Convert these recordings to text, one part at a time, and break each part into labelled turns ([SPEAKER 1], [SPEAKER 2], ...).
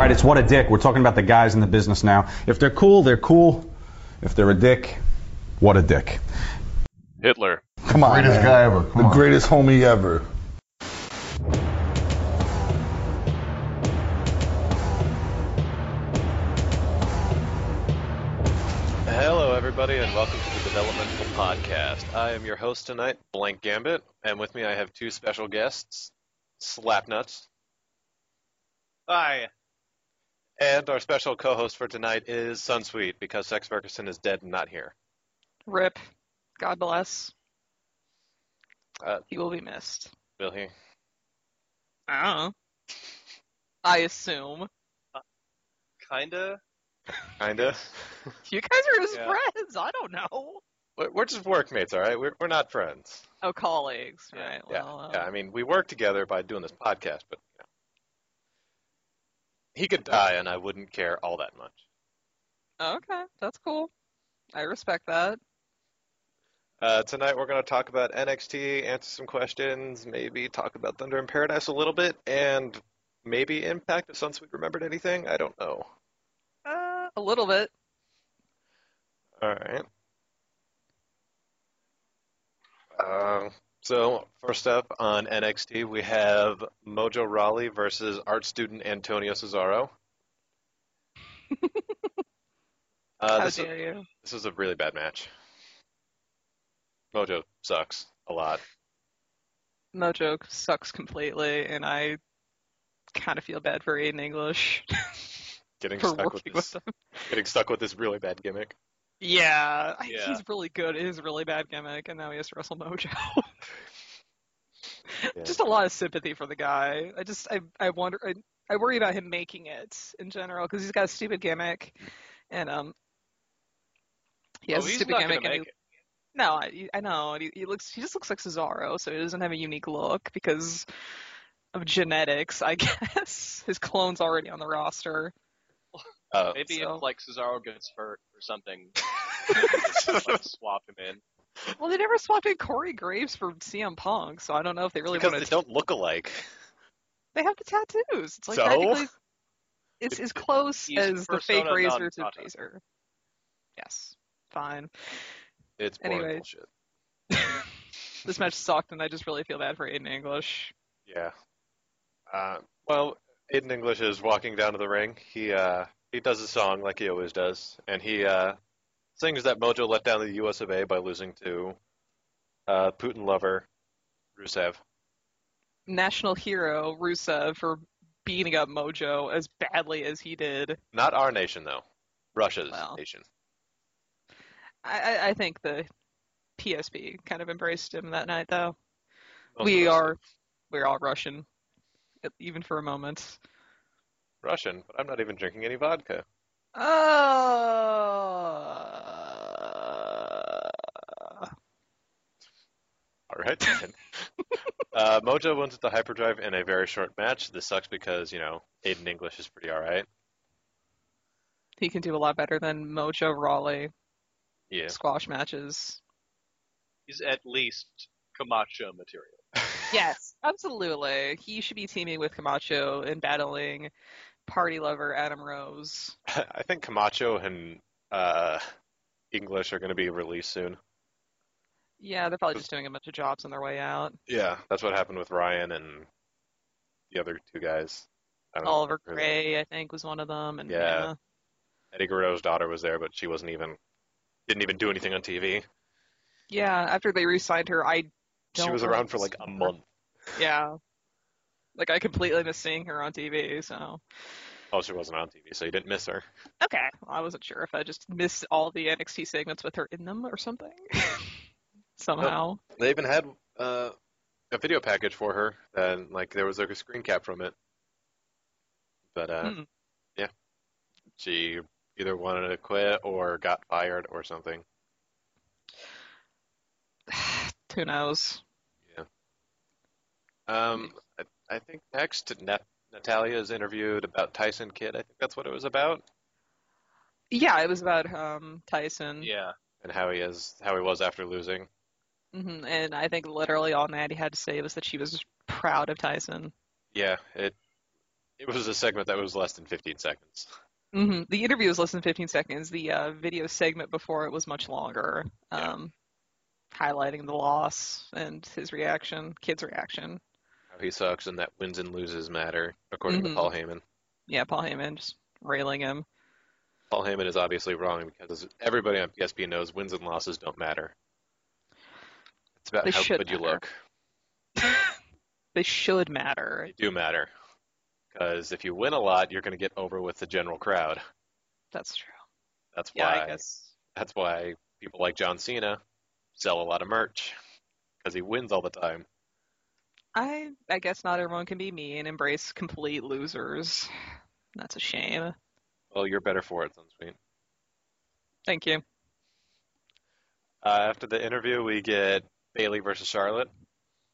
[SPEAKER 1] All right, it's what a dick. We're talking about the guys in the business now. If they're cool, they're cool. If they're a dick, what a dick.
[SPEAKER 2] Hitler.
[SPEAKER 3] Come on.
[SPEAKER 4] Greatest
[SPEAKER 3] man.
[SPEAKER 4] guy ever. Come
[SPEAKER 3] the
[SPEAKER 4] on.
[SPEAKER 3] greatest homie ever.
[SPEAKER 2] Hello, everybody, and welcome to the Developmental Podcast. I am your host tonight, Blank Gambit, and with me I have two special guests, Slapnuts. Hi. And our special co-host for tonight is Sunsweet, because Sex Ferguson is dead and not here.
[SPEAKER 5] Rip. God bless.
[SPEAKER 2] Uh,
[SPEAKER 5] he will be missed.
[SPEAKER 2] Will he?
[SPEAKER 5] I don't know. I assume.
[SPEAKER 6] Kinda.
[SPEAKER 2] Kinda.
[SPEAKER 5] You guys are his
[SPEAKER 6] Yeah.
[SPEAKER 5] friends. I don't know.
[SPEAKER 2] We're we're just workmates, all right? We're, we're not friends.
[SPEAKER 5] Oh, colleagues,
[SPEAKER 6] Yeah,
[SPEAKER 5] right?
[SPEAKER 2] Yeah,
[SPEAKER 5] well, uh,
[SPEAKER 2] yeah. I mean, we work together by doing this podcast, but you know. he could die, and I wouldn't care all that much.
[SPEAKER 5] Okay, that's cool. I respect that.
[SPEAKER 2] Uh, tonight we're going to talk about NXT, answer some questions, maybe talk about Thunder in Paradise a little bit, and maybe Impact if Sunsweet remembered anything. I don't know.
[SPEAKER 5] Uh, a little bit.
[SPEAKER 2] All right. Um, so first up on NXT we have Mojo Raleigh versus art student Antonio Cesaro. uh,
[SPEAKER 5] How
[SPEAKER 2] this,
[SPEAKER 5] dare you?
[SPEAKER 2] this is a really bad match. Mojo sucks a lot.
[SPEAKER 5] Mojo sucks completely, and I kind of feel bad for Aiden English
[SPEAKER 2] Getting
[SPEAKER 5] for
[SPEAKER 2] stuck with
[SPEAKER 5] working
[SPEAKER 2] this,
[SPEAKER 5] with him.
[SPEAKER 2] getting stuck with this really bad gimmick.
[SPEAKER 5] Yeah, I-
[SPEAKER 6] Yeah.
[SPEAKER 5] he's really good. It is a really bad gimmick, and now he has to wrestle Mojo.
[SPEAKER 2] Yeah.
[SPEAKER 5] Just a lot of sympathy for the guy. I just, I, I wonder, I, I worry about him making it in general because he's got a stupid gimmick, and um, he
[SPEAKER 6] Mm.
[SPEAKER 5] has
[SPEAKER 6] oh,
[SPEAKER 5] a
[SPEAKER 6] he's
[SPEAKER 5] stupid
[SPEAKER 6] not
[SPEAKER 5] gimmick.
[SPEAKER 6] gonna
[SPEAKER 5] and he,
[SPEAKER 6] make it.
[SPEAKER 5] No, I, I know. and He, he looks, he just looks like Cesaro, so he doesn't have a unique look because of genetics, I guess. His clone's already on the roster.
[SPEAKER 2] Uh,
[SPEAKER 6] Maybe
[SPEAKER 5] so-
[SPEAKER 6] if like Cesaro gets hurt or something, maybe just, like, swap him in.
[SPEAKER 5] Well, they never swapped in Corey Graves for CM Punk, so I don't know if they really
[SPEAKER 2] because
[SPEAKER 5] want
[SPEAKER 2] they
[SPEAKER 5] to.
[SPEAKER 2] don't look alike.
[SPEAKER 5] They have the tattoos. It's like
[SPEAKER 2] So?
[SPEAKER 5] technically, it's as close
[SPEAKER 6] He's
[SPEAKER 5] as the
[SPEAKER 6] persona
[SPEAKER 5] fake
[SPEAKER 6] non
[SPEAKER 5] razor to
[SPEAKER 6] grata.
[SPEAKER 5] razor. Yes, fine.
[SPEAKER 2] It's boring
[SPEAKER 5] Anyway.
[SPEAKER 2] bullshit.
[SPEAKER 5] This match sucked, and I just really feel bad for Aiden English.
[SPEAKER 2] Yeah. Uh, well, Aiden English is walking down to the ring. He uh, he does a song like he always does, and he uh, sings that Mojo let down the U.S. of A. by losing to uh, Putin lover Rusev.
[SPEAKER 5] National hero Rusev for beating up Mojo as badly as he did.
[SPEAKER 2] Not our nation though, Russia's
[SPEAKER 5] Well.
[SPEAKER 2] nation.
[SPEAKER 5] I, I, I think the PSB kind of embraced him that night, though.
[SPEAKER 6] Oh,
[SPEAKER 2] Most
[SPEAKER 5] we
[SPEAKER 2] of us
[SPEAKER 5] are, we're all Russian, e- even for a moment.
[SPEAKER 2] Russian, but I'm not even drinking any vodka.
[SPEAKER 5] Uh,
[SPEAKER 2] All right. then. uh, Mojo wins at the hyperdrive in a very short match. This sucks because you know Aiden English is pretty all right.
[SPEAKER 5] he can do a lot better than Mojo Raleigh
[SPEAKER 2] Yeah.
[SPEAKER 5] squash matches.
[SPEAKER 6] He's at least Camacho material.
[SPEAKER 5] Yes, absolutely. He should be teaming with Camacho and battling party lover Adam Rose.
[SPEAKER 2] I think Camacho and uh, English are going to be released soon.
[SPEAKER 5] Yeah, they're probably just doing a bunch of jobs on their way out.
[SPEAKER 2] Yeah, that's what happened with Ryan and the other two guys. I don't
[SPEAKER 5] Oliver
[SPEAKER 2] know.
[SPEAKER 5] Gray, I think, was one of them, and
[SPEAKER 2] Oh, Yeah.
[SPEAKER 5] Hannah.
[SPEAKER 2] Eddie Guerrero's daughter was there, but she wasn't even didn't even do anything on TV.
[SPEAKER 5] Yeah, after they re-signed her, I don't.
[SPEAKER 2] she was
[SPEAKER 5] really
[SPEAKER 2] around for like a
[SPEAKER 5] see her.
[SPEAKER 2] month.
[SPEAKER 5] Yeah, like I completely missed seeing her on TV. So
[SPEAKER 2] Oh, she wasn't on TV, so you didn't miss her.
[SPEAKER 5] okay, I wasn't sure if I just missed all the NXT segments with her in them or something.
[SPEAKER 2] Oh.
[SPEAKER 5] Somehow,
[SPEAKER 2] They even had uh, a video package for her, and like there was like a screen cap from it. But uh,
[SPEAKER 5] Hmm.
[SPEAKER 2] yeah, she either wanted to quit or got fired or something.
[SPEAKER 5] who knows?
[SPEAKER 2] Um, I, I think next Nat- Natalia is interviewed about Tyson Kidd. I think that's what it was about,
[SPEAKER 5] Yeah, it was about um Tyson.
[SPEAKER 6] Yeah.
[SPEAKER 2] and how he is, how he was after losing.
[SPEAKER 5] hmm And I think literally all Natty had to say was that she was proud of Tyson.
[SPEAKER 2] Yeah, it It was a segment that was less than 15 seconds.
[SPEAKER 5] hmm The interview was less than 15 seconds. The uh, video segment before it was much longer,
[SPEAKER 2] Yeah.
[SPEAKER 5] um, highlighting the loss and his reaction, kid's reaction.
[SPEAKER 2] How he sucks and that wins and loses matter, according
[SPEAKER 5] Mhm.
[SPEAKER 2] to Paul Heyman.
[SPEAKER 5] Yeah, Paul Heyman just railing him.
[SPEAKER 2] Paul Heyman is obviously wrong because everybody on PSP knows wins and losses don't matter. It's about
[SPEAKER 5] They
[SPEAKER 2] how
[SPEAKER 5] should
[SPEAKER 2] good you
[SPEAKER 5] matter.
[SPEAKER 2] look.
[SPEAKER 5] They should matter.
[SPEAKER 2] They do matter. Because if you win a lot, you're going to get over with the general crowd.
[SPEAKER 5] That's true.
[SPEAKER 2] That's
[SPEAKER 5] Yeah,
[SPEAKER 2] why.
[SPEAKER 5] I guess.
[SPEAKER 2] That's why people like John Cena sell a lot of merch because he wins all the time.
[SPEAKER 5] I I guess not everyone can be me and embrace complete losers. That's a shame.
[SPEAKER 2] Well, you're better for it, Sunsweet.
[SPEAKER 5] Thank you.
[SPEAKER 2] Uh, after the interview, we get Bailey versus Charlotte.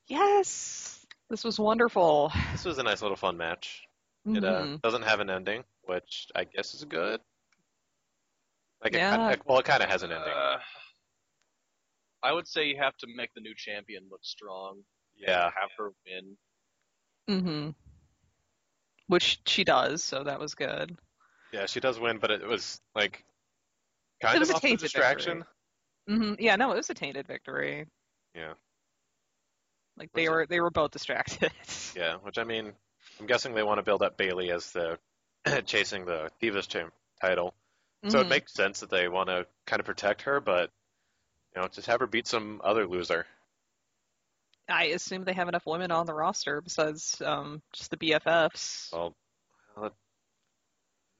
[SPEAKER 5] Yes, this was wonderful.
[SPEAKER 2] This was a nice little fun match. It uh,
[SPEAKER 5] Mhm.
[SPEAKER 2] doesn't have an ending, which I guess is good. Like, it
[SPEAKER 5] Yeah.
[SPEAKER 2] kind well, it kind of has an ending.
[SPEAKER 6] Uh, I would say you have to make the new champion look strong. and
[SPEAKER 2] yeah,
[SPEAKER 6] Have her win.
[SPEAKER 5] hmm Which she does, so that was good.
[SPEAKER 2] yeah, she does win, but it was like kind
[SPEAKER 5] It was a
[SPEAKER 2] of off the
[SPEAKER 5] tainted
[SPEAKER 2] distraction.
[SPEAKER 5] victory. hmm Yeah, no, it was a tainted victory.
[SPEAKER 2] Yeah.
[SPEAKER 5] Like they
[SPEAKER 2] Was it-
[SPEAKER 5] were they were both distracted.
[SPEAKER 2] Yeah, which I mean, I'm guessing they want to build up Bailey as the chasing the Divas champ title. So it
[SPEAKER 5] Mhm.
[SPEAKER 2] makes sense that they want to kind of protect her, but you know, just have her beat some other loser.
[SPEAKER 5] I assume they have enough women on the roster besides um, just the BFFs.
[SPEAKER 2] Well, well, uh,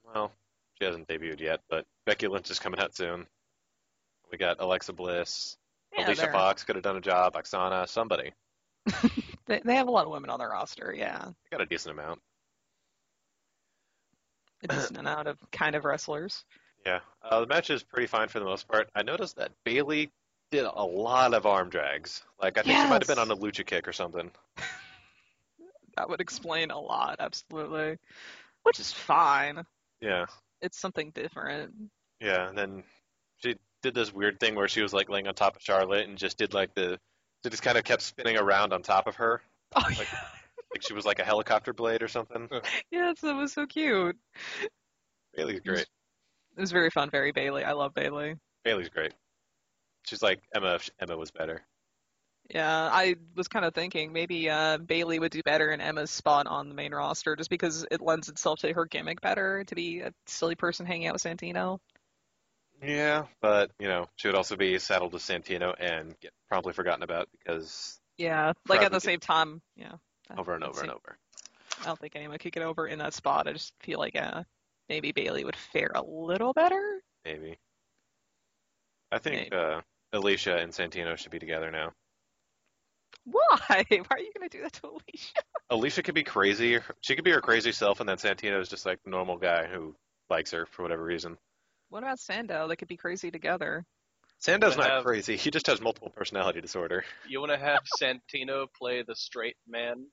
[SPEAKER 2] well, she hasn't debuted yet, but Becky Lynch is coming out soon. We got Alexa Bliss,
[SPEAKER 5] Yeah,
[SPEAKER 2] Alicia
[SPEAKER 5] they're-
[SPEAKER 2] Fox could have done a job, Oksana, somebody.
[SPEAKER 5] they, they have a lot of women on their roster. Yeah,
[SPEAKER 2] They got a decent amount.
[SPEAKER 5] a decent amount of kind of wrestlers.
[SPEAKER 2] Yeah, uh, the match is pretty fine for the most part. I noticed that Bailey did a lot of arm drags. Like I think she might have been on
[SPEAKER 5] Yes.
[SPEAKER 2] a lucha kick or something.
[SPEAKER 5] That would explain a lot, absolutely. Which is fine.
[SPEAKER 2] Yeah,
[SPEAKER 5] It's something different.
[SPEAKER 2] yeah. And then she did this weird thing where she was like laying on top of Charlotte and just did like the, she just kind of kept spinning around on top of her,
[SPEAKER 5] Oh
[SPEAKER 2] Like- like she was like a helicopter blade or something.
[SPEAKER 5] yes, that was so cute.
[SPEAKER 2] Bailey's great.
[SPEAKER 5] It was very fun, very Bailey. I love Bailey.
[SPEAKER 2] Bailey's great. She's like Emma. If Emma was better.
[SPEAKER 5] Yeah, I was kind of thinking maybe uh, Bailey would do better in Emma's spot on the main roster just because it lends itself to her gimmick better to be a silly person hanging out with Santino.
[SPEAKER 2] Yeah, but you know she would also be saddled with Santino and get promptly forgotten about because
[SPEAKER 5] Yeah, like
[SPEAKER 2] Probably
[SPEAKER 5] at the
[SPEAKER 2] did.
[SPEAKER 5] same time, yeah. I-
[SPEAKER 2] over and
[SPEAKER 5] I'd
[SPEAKER 2] over
[SPEAKER 5] say-
[SPEAKER 2] and over.
[SPEAKER 5] I don't think anyone could get over in that spot. I just feel like uh, maybe Bailey would fare a little better.
[SPEAKER 2] Maybe. I think
[SPEAKER 5] Maybe.
[SPEAKER 2] uh, Alicia and Santino should be together now.
[SPEAKER 5] Why? Why are you gonna do that to Alicia?
[SPEAKER 2] Alicia could be crazy. She could be her crazy self, and then Santino is just like the normal guy who likes her for whatever reason.
[SPEAKER 5] What about Sando? They could be crazy together.
[SPEAKER 2] Sando's not
[SPEAKER 6] Have-
[SPEAKER 2] crazy. He just has multiple personality disorder.
[SPEAKER 6] You want to have Santino play the straight man?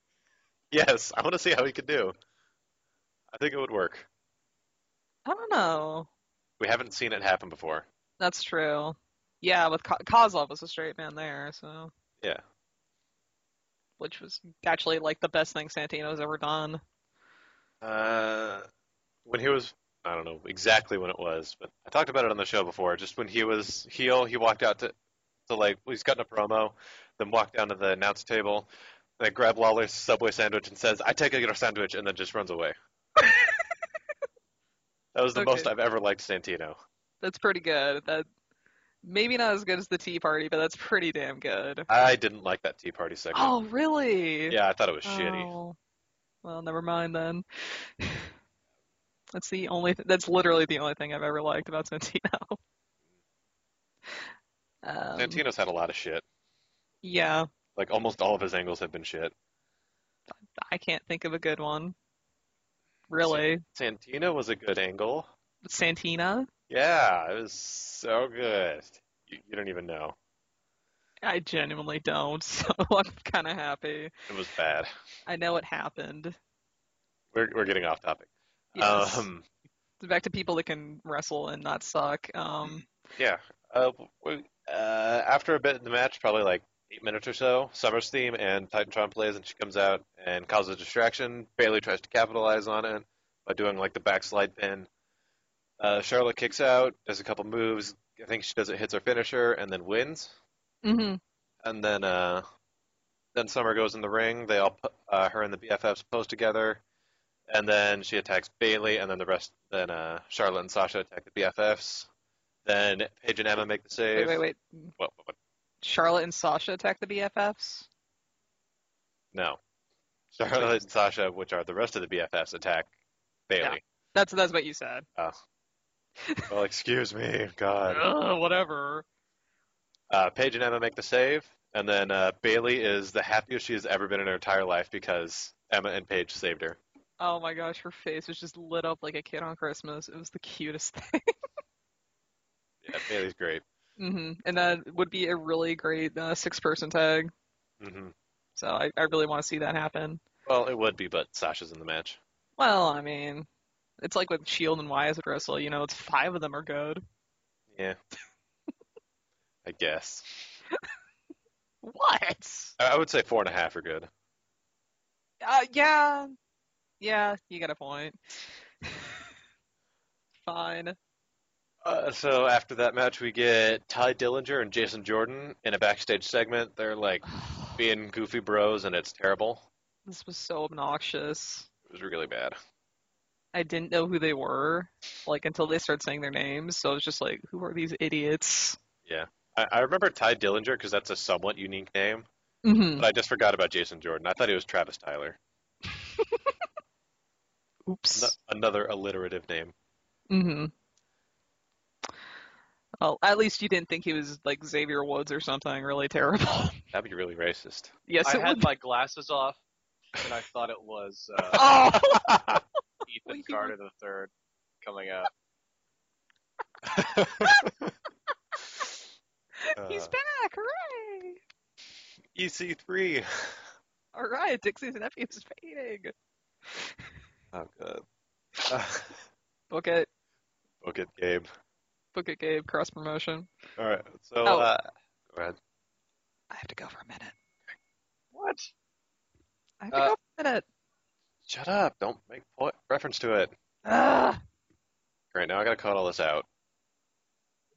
[SPEAKER 2] Yes, I want to see how he could do. I think it would work.
[SPEAKER 5] I don't know.
[SPEAKER 2] We haven't seen it happen before.
[SPEAKER 5] That's true. Yeah, with Ko- Kozlov was a straight man there, so
[SPEAKER 2] Yeah.
[SPEAKER 5] which was actually like the best thing Santino's ever done.
[SPEAKER 2] Uh, when he was, I don't know exactly when it was, but I talked about it on the show before. Just when he was heel, he walked out to, to like he's cutting a promo, then walked down to the announce table, like grab Lawler's Subway sandwich and says, "I take a regular sandwich," and then just runs away. that was the most
[SPEAKER 5] Okay.
[SPEAKER 2] I've ever liked Santino.
[SPEAKER 5] That's pretty good. That maybe not as good as the Tea Party, but that's pretty damn good.
[SPEAKER 2] I didn't like that Tea Party segment.
[SPEAKER 5] Oh, really?
[SPEAKER 2] Yeah, I thought it was shitty.
[SPEAKER 5] Oh. Well, never mind then. That's the only. Th- that's literally the only thing I've ever liked about Santino. Um,
[SPEAKER 2] Santino's had a lot of shit.
[SPEAKER 5] Yeah,
[SPEAKER 2] Like almost all of his angles have been shit.
[SPEAKER 5] I can't think of a good one. Really,
[SPEAKER 2] Santino was a good angle.
[SPEAKER 5] Santina?
[SPEAKER 2] Yeah, it was so good. You, you don't even know.
[SPEAKER 5] I genuinely don't, so I'm kind of happy.
[SPEAKER 2] It was bad.
[SPEAKER 5] I know it happened.
[SPEAKER 2] We're we're getting off topic.
[SPEAKER 5] Yes.
[SPEAKER 2] Um,
[SPEAKER 5] Back to people that can wrestle and not suck. Um,
[SPEAKER 2] yeah. Uh, we, uh, after a bit in the match, probably like eight minutes or so. Summer's theme and Titantron plays, and she comes out and causes a distraction. Bailey tries to capitalize on it by doing like the backslide pin. Uh, Charlotte kicks out, does a couple moves. I think she does it, hits her finisher, and then wins.
[SPEAKER 5] hmm
[SPEAKER 2] And then, uh, then Summer goes in the ring. They all, pu- uh, her and the BFFs pose together, and then she attacks Bailey, and then the rest. Then uh, Charlotte and Sasha attack the BFFs. Then Paige and Emma make the
[SPEAKER 5] Wait,
[SPEAKER 2] save.
[SPEAKER 5] wait, wait.
[SPEAKER 2] What, what, what?
[SPEAKER 5] Charlotte and Sasha attack the BFFs.
[SPEAKER 2] No, Charlotte and Sasha, which are the rest of the BFFs, attack Bailey.
[SPEAKER 5] That's that's what you said.
[SPEAKER 2] Well, excuse me, God.
[SPEAKER 5] Ugh, whatever.
[SPEAKER 2] Uh, Paige and Emma make the save, and then uh, Bailey is the happiest she has ever been in her entire life because Emma and Paige saved her.
[SPEAKER 5] Oh my gosh, her face was just lit up like a kid on Christmas. It was the cutest thing.
[SPEAKER 2] Yeah, Bailey's great.
[SPEAKER 5] hmm And that would be a really great uh, six-person tag.
[SPEAKER 2] hmm
[SPEAKER 5] So I, I really want to see that happen.
[SPEAKER 2] Well, it would be, but Sasha's in the match.
[SPEAKER 5] Well, I mean, it's like with Shield and Wyatt wrestle. You know, it's five of them are good.
[SPEAKER 2] Yeah. I guess.
[SPEAKER 5] What?
[SPEAKER 2] I I would say four and a half are good.
[SPEAKER 5] Uh, yeah, yeah, you got a point. Fine.
[SPEAKER 2] Uh, so after that match, we get Ty Dillinger and Jason Jordan in a backstage segment. They're like being goofy bros, and it's terrible.
[SPEAKER 5] This was so obnoxious.
[SPEAKER 2] It was really bad.
[SPEAKER 5] I didn't know who they were, like until they started saying their names. So I was just like, "Who are these idiots?"
[SPEAKER 2] I, I remember Ty Dillinger because that's a somewhat unique name,
[SPEAKER 5] hmm
[SPEAKER 6] Mm-hmm.
[SPEAKER 2] but I just forgot about Jason Jordan. I thought he was Travis Tyler.
[SPEAKER 5] Oops.
[SPEAKER 2] Ano- another alliterative name.
[SPEAKER 5] hmm Well, at least you didn't think he was like Xavier Woods or something really terrible.
[SPEAKER 2] That'd be really racist.
[SPEAKER 5] yes,
[SPEAKER 6] I
[SPEAKER 5] it
[SPEAKER 6] had
[SPEAKER 5] would.
[SPEAKER 6] my glasses off, and I thought it was uh,
[SPEAKER 5] oh, Well,
[SPEAKER 6] Ethan
[SPEAKER 5] you-
[SPEAKER 6] Carter the third coming up.
[SPEAKER 5] he's
[SPEAKER 2] Uh,
[SPEAKER 5] Oh,
[SPEAKER 2] E
[SPEAKER 5] back! Hooray!
[SPEAKER 2] EC3.
[SPEAKER 5] All right, Dixie's nephew is fading.
[SPEAKER 2] Oh, good. Uh,
[SPEAKER 5] Book it,
[SPEAKER 2] book it, Gabe.
[SPEAKER 5] book it, Gabe. Cross promotion.
[SPEAKER 2] All right. So,
[SPEAKER 5] Oh.
[SPEAKER 2] uh, go ahead.
[SPEAKER 5] I have to go for a minute.
[SPEAKER 6] What?
[SPEAKER 5] I have to
[SPEAKER 2] Uh,
[SPEAKER 5] go for a minute.
[SPEAKER 2] Shut up. Don't make po- reference to it.
[SPEAKER 5] Ugh.
[SPEAKER 2] Great. Now I got to cut all this out.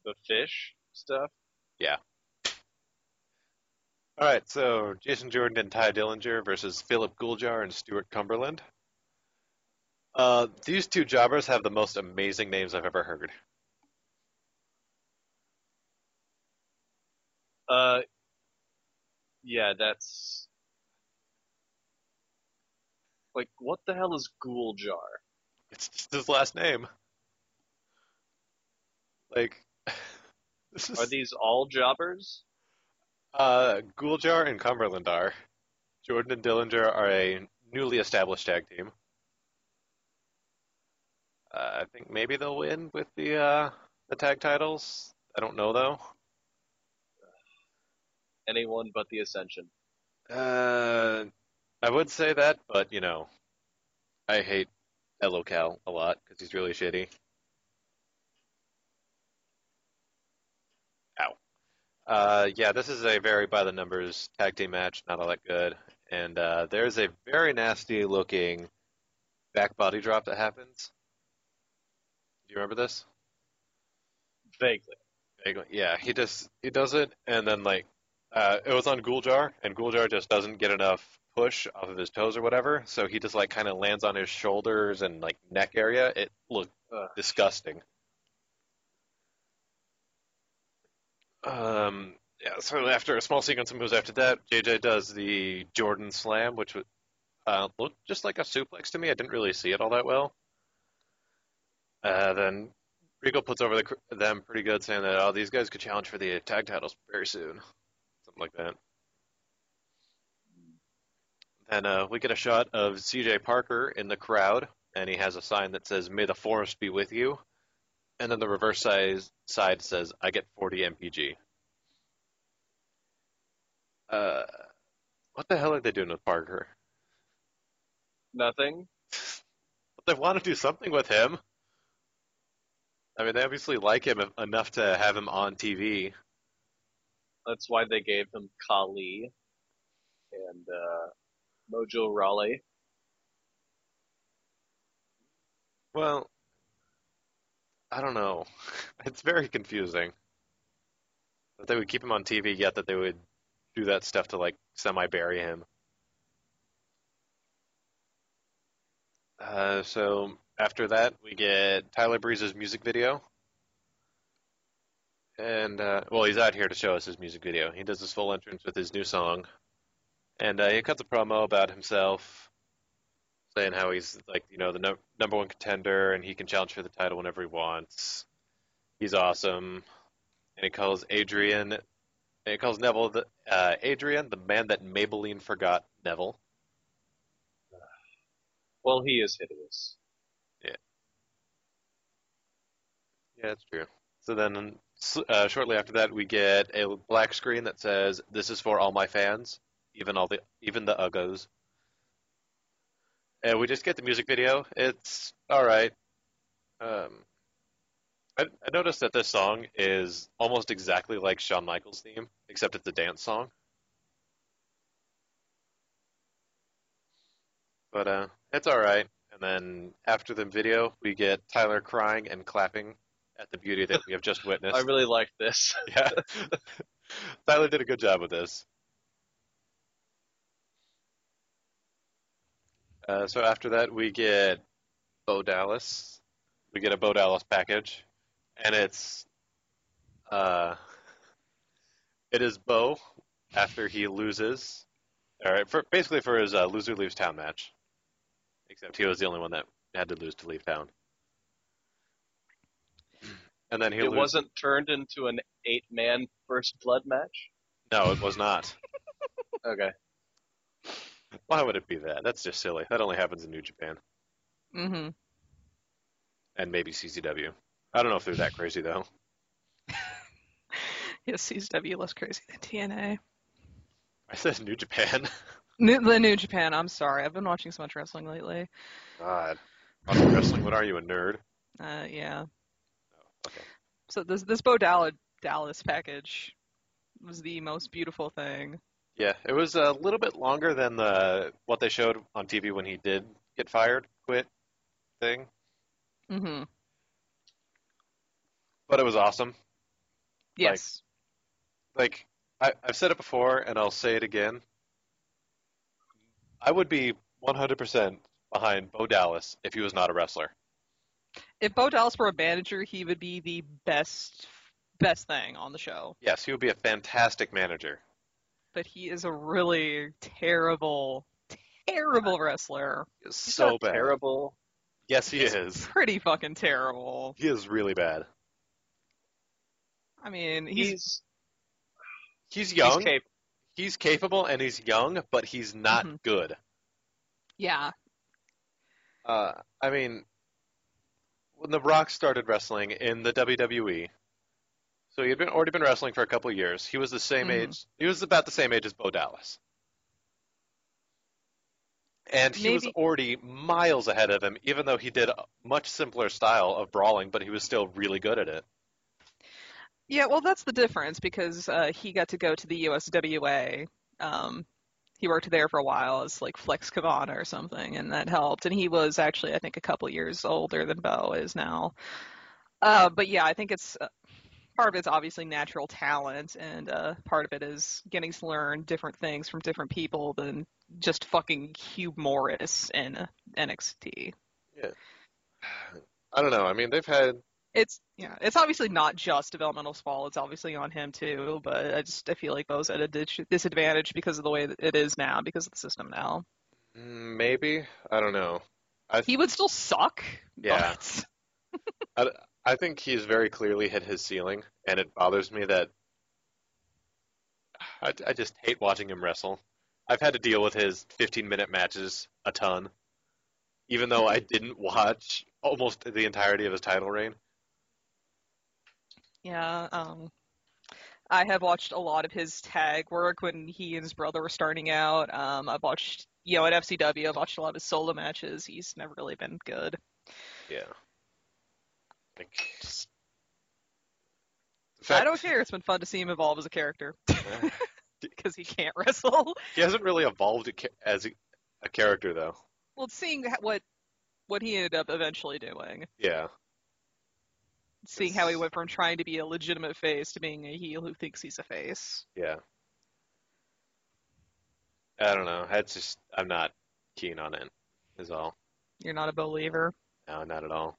[SPEAKER 6] The fish stuff?
[SPEAKER 2] All right. So, Jason Jordan and Ty Dillinger versus Philip Gouljar and Stuart Cumberland. Uh, these two jobbers have the most amazing names I've ever heard.
[SPEAKER 6] Uh, yeah, that's like what the hell is ghoul jar?
[SPEAKER 2] It's just his last name. Like, this is
[SPEAKER 6] Are these all jobbers?
[SPEAKER 2] uh, Guljar and Cumberland are. Jordan and Dillinger are a newly established tag team. Uh, I think maybe they'll win with the uh, the tag titles. I don't know though.
[SPEAKER 6] Anyone but the Ascension.
[SPEAKER 2] Uh, I would say that, but you know, I hate Elocal a lot because he's really shitty. Ow. Uh, yeah, this is a very by the numbers tag team match, not all that good. And uh, there's a very nasty looking back body drop that happens. Do you remember this?
[SPEAKER 6] Vaguely.
[SPEAKER 2] Vaguely. Yeah, he just he does it, and then like uh, it was on Guljar, and Guljar just doesn't get enough push off of his toes or whatever, so he just like kind of lands on his shoulders and like neck area. It looked uh,
[SPEAKER 6] Ugh.
[SPEAKER 2] disgusting. Um, yeah. So after a small sequence of moves after that, JJ does the Jordan Slam, which was, uh, looked just like a suplex to me. I didn't really see it all that well. Uh, then Regal puts over the, cr- them pretty good, saying that oh these guys could challenge for the tag titles very soon, something like that. Then uh, we get a shot of C.J. Parker in the crowd, and he has a sign that says "May the Forest be with you," and then the reverse size, side says "I get 40 MPG." Uh, what the hell are they doing with Parker?
[SPEAKER 6] Nothing.
[SPEAKER 2] But they want to do something with him. I mean, they obviously like him enough to have him on TV.
[SPEAKER 6] That's why they gave him Kali and uh, Mojo Raleigh.
[SPEAKER 2] Well, I don't know. It's very confusing that they would keep him on TV, yet that they would do that stuff to like semi bury him. Uh, so after that, we get Tyler Breeze's music video, and uh, well, he's out here to show us his music video. He does his full entrance with his new song, and uh, he cuts a promo about himself, saying how he's like you know the no- number one contender and he can challenge for the title whenever he wants. He's awesome, and he calls Adrian, and he calls Neville the uh, Adrian the man that Maybelline forgot Neville.
[SPEAKER 6] Well, he is hideous.
[SPEAKER 2] Yeah, that's true. So then, s- uh, shortly after that, we get a black screen that says, "This is for all my fans, even all the even the Uggos." And we just get the music video. It's all right. Um, I, I noticed that this song is almost exactly like Shawn Michaels' theme, except it's a dance song. But uh, it's all right. And then after the video, we get Tyler crying and clapping at the beauty that we have just witnessed.
[SPEAKER 6] I really like this.
[SPEAKER 2] yeah. Tyler did a good job with this. Uh, so after that, we get Bo Dallas. We get a Bo Dallas package, and it's uh, it is Bo after he loses, all right, for basically for his uh, loser leaves town match. Except he was the only one that had to lose to leave town. And then he
[SPEAKER 6] it
[SPEAKER 2] loses.
[SPEAKER 6] wasn't turned into an eight-man first blood match.
[SPEAKER 2] No, it was not.
[SPEAKER 6] Okay.
[SPEAKER 2] Why would it be that? That's just silly. That only happens in New Japan
[SPEAKER 5] Mm-hmm.
[SPEAKER 2] and maybe CCW. I don't know if they're that crazy though.
[SPEAKER 5] Yes, CZW less crazy than TNA.
[SPEAKER 2] I said New Japan.
[SPEAKER 5] New, the New Japan. I'm sorry. I've been watching so much wrestling lately.
[SPEAKER 2] God, Watching wrestling. What are you, a nerd?
[SPEAKER 5] Uh, yeah.
[SPEAKER 2] okay.
[SPEAKER 5] So this this Bo Dallas Dallas package was the most beautiful thing.
[SPEAKER 2] Yeah, it was a little bit longer than the what they showed on TV when he did get fired, quit thing,
[SPEAKER 5] Mm-hmm.
[SPEAKER 2] but it was awesome.
[SPEAKER 5] Yes.
[SPEAKER 2] like I, I've said it before and I'll say it again. I would be 100% behind Bo Dallas if he was not a wrestler.
[SPEAKER 5] if Bo Dallas were a manager, he would be the best best thing on the show.
[SPEAKER 2] Yes, he would be a fantastic manager.
[SPEAKER 5] But he is a really terrible, terrible wrestler.
[SPEAKER 2] He's
[SPEAKER 6] He's
[SPEAKER 2] so
[SPEAKER 6] not
[SPEAKER 2] bad.
[SPEAKER 6] Terrible.
[SPEAKER 2] Yes, he is.
[SPEAKER 5] Pretty fucking terrible.
[SPEAKER 2] He is really bad.
[SPEAKER 5] I mean,
[SPEAKER 6] He's
[SPEAKER 5] he's
[SPEAKER 6] he's,
[SPEAKER 2] He's young. He's,
[SPEAKER 6] capable.
[SPEAKER 2] capable and he's young, but he's not
[SPEAKER 5] Mhm.
[SPEAKER 2] good.
[SPEAKER 5] yeah,
[SPEAKER 2] Uh, I mean, when The Rock started wrestling in the WWE, so he had been, already been wrestling for a couple of years. He was the same
[SPEAKER 5] Mhm.
[SPEAKER 2] age. He was about the same age as Bo Dallas. And he was
[SPEAKER 5] Maybe-
[SPEAKER 2] already miles ahead of him, even though he did a much simpler style of brawling, but he was still really good at it.
[SPEAKER 5] yeah. Well, that's the difference because uh, he got to go to the USWA. Um, he worked there for a while as like Flex Cavana or something, and that helped. And he was actually, I think, a couple years older than Bo is now. Uh, but yeah, I think it's uh, part of it's obviously natural talent, and uh, part of it is getting to learn different things from different people than just fucking Hugh Morris in uh, NXT.
[SPEAKER 2] I don't know. I mean, they've had
[SPEAKER 5] It's yeah, it's obviously not just developmental fall. It's obviously on him too. But I just I feel like Bo's at a dis- disadvantage because of the way that it is now, because of the system now.
[SPEAKER 2] mm, maybe I don't know. I
[SPEAKER 5] He would still suck.
[SPEAKER 2] Yeah.
[SPEAKER 5] but-
[SPEAKER 2] I think he's very clearly hit his ceiling, and it bothers me that I, I just hate watching him wrestle. I've had to deal with his 15 minute matches a ton, even though I didn't watch almost the entirety of his title reign.
[SPEAKER 5] Yeah, um, I have watched a lot of his tag work when he and his brother were starting out. Um, I've watched, you know, at FCW, I've watched a lot of his solo matches. He's never really been good.
[SPEAKER 2] Yeah. Like, fact,
[SPEAKER 5] I don't care. It's been fun to see him evolve as a character because he can't wrestle.
[SPEAKER 2] He hasn't really evolved a ca- as a, a character though.
[SPEAKER 5] Well, seeing h- what what he ended up eventually doing,
[SPEAKER 2] Yeah.
[SPEAKER 5] seeing how he went from trying to be a legitimate face to being a heel who thinks he's a face.
[SPEAKER 2] Yeah. I don't know. That's just I'm not keen on it. Is all.
[SPEAKER 5] You're not a believer.
[SPEAKER 2] No, not at all.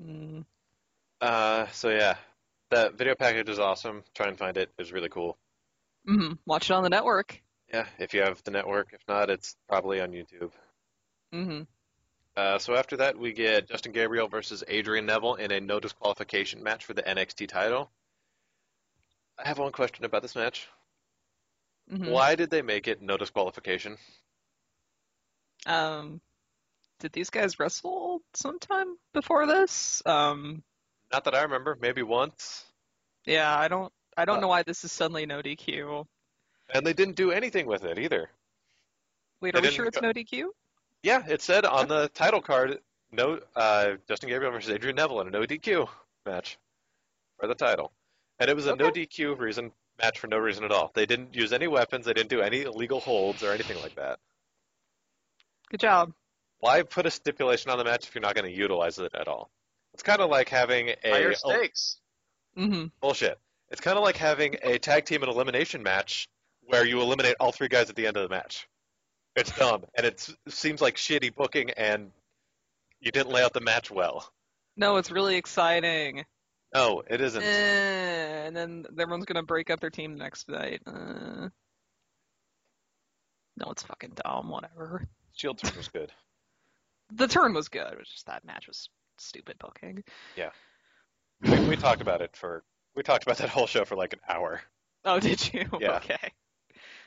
[SPEAKER 5] Mm.
[SPEAKER 2] Uh, so yeah, that video package is awesome. Try and find it. It was really cool.
[SPEAKER 5] hmm Watch it on the network.
[SPEAKER 2] Yeah, if you have the network. If not, it's probably on YouTube.
[SPEAKER 5] hmm
[SPEAKER 2] Uh, so after that, we get Justin Gabriel versus Adrian Neville in a no disqualification match for the NXT title. I have one question about this match.
[SPEAKER 5] hmm
[SPEAKER 2] Why did they make it no disqualification?
[SPEAKER 5] Um, did these guys wrestle sometime before this? Um,
[SPEAKER 2] Not that I remember. Maybe once.
[SPEAKER 5] yeah, I don't. I don't
[SPEAKER 2] Uh.
[SPEAKER 5] know why this is suddenly no DQ.
[SPEAKER 2] And they didn't do anything with it either.
[SPEAKER 5] Wait,
[SPEAKER 2] They
[SPEAKER 5] are we
[SPEAKER 2] didn't
[SPEAKER 5] sure it's
[SPEAKER 2] go-
[SPEAKER 5] no DQ?
[SPEAKER 2] Yeah, it said on the title card, no, uh, Justin Gabriel versus Adrian Neville in a no DQ match for the title, and it was a no DQ reason match for no reason at all. They didn't use any weapons, they didn't do any illegal holds or anything like that.
[SPEAKER 5] Good job.
[SPEAKER 2] Why put a stipulation on the match if you're not going to utilize it at all? It's kind of like having a
[SPEAKER 6] Higher
[SPEAKER 2] oh,
[SPEAKER 6] stakes.
[SPEAKER 5] hmm
[SPEAKER 2] bullshit. It's kind of like having a tag team and elimination match where you eliminate all three guys at the end of the match. It's dumb, and it's, it seems like shitty booking, and you didn't lay out the match well.
[SPEAKER 5] No, it's really exciting.
[SPEAKER 2] No, it isn't.
[SPEAKER 5] Eh, and then everyone's gonna break up their team the next night. Uh, no, it's fucking dumb. Whatever.
[SPEAKER 2] Shield turn was good.
[SPEAKER 5] The turn was good. It was just that match was stupid booking.
[SPEAKER 2] We, we talked about it for. We talked about that whole show for like an hour.
[SPEAKER 5] Oh, did you?
[SPEAKER 2] Yeah.
[SPEAKER 5] Okay.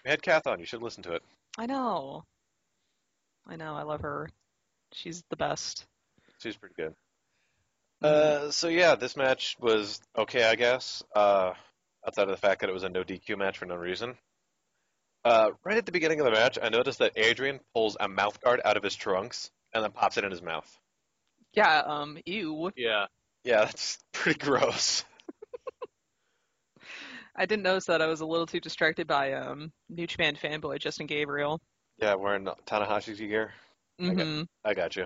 [SPEAKER 2] We had Kath on. You should listen to it.
[SPEAKER 5] I know. I know. I love her. She's the best.
[SPEAKER 2] She's pretty good. Uh, so yeah, this match was okay, I guess. Uh, outside of the fact that it was a no DQ match for no reason. Uh, right at the beginning of the match, I noticed that Adrian pulls a mouth guard out of his trunks and then pops it in his mouth.
[SPEAKER 5] Yeah. Um. Ew.
[SPEAKER 6] Yeah.
[SPEAKER 2] Yeah, that's pretty gross.
[SPEAKER 5] I didn't notice that. I was a little too distracted by um New Japan fanboy Justin Gabriel.
[SPEAKER 2] Yeah, wearing Tanahashi's gear. got-
[SPEAKER 5] Mm-hmm.
[SPEAKER 2] I got you.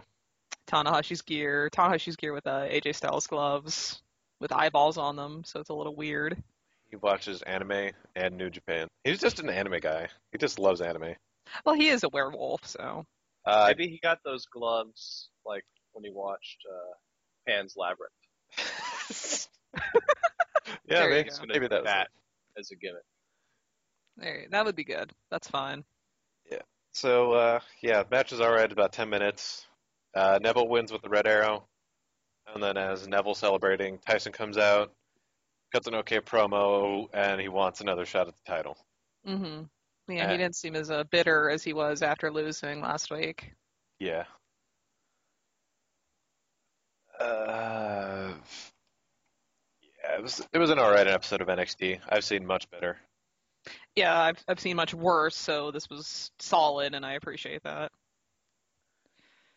[SPEAKER 5] Tanahashi's gear. Tanahashi's gear with uh, AJ Styles gloves with eyeballs on them, so it's a little weird.
[SPEAKER 2] He watches anime and New Japan. He's just an anime guy. He just loves anime.
[SPEAKER 5] Well, he is a werewolf, so
[SPEAKER 2] Uh,
[SPEAKER 6] Maybe he got those gloves like when he watched uh, Pan's Labyrinth.
[SPEAKER 2] yeah,
[SPEAKER 5] There you
[SPEAKER 2] maybe,
[SPEAKER 5] go.
[SPEAKER 2] maybe that was it.
[SPEAKER 6] that as a gimmick.
[SPEAKER 5] there, that would be good. That's fine.
[SPEAKER 2] So uh, yeah, match is alright. About ten minutes. Uh, Neville wins with the red arrow, and then as Neville celebrating, Tyson comes out, cuts an okay promo, and he wants another shot at the title.
[SPEAKER 5] hmm Yeah, he
[SPEAKER 2] Uh,
[SPEAKER 5] didn't seem as uh, bitter as he was after losing last week.
[SPEAKER 2] Yeah. Uh, yeah, it was it was an alright episode of NXT. I've seen much better.
[SPEAKER 5] Yeah, I've I've seen much worse, so this was solid, and I appreciate that.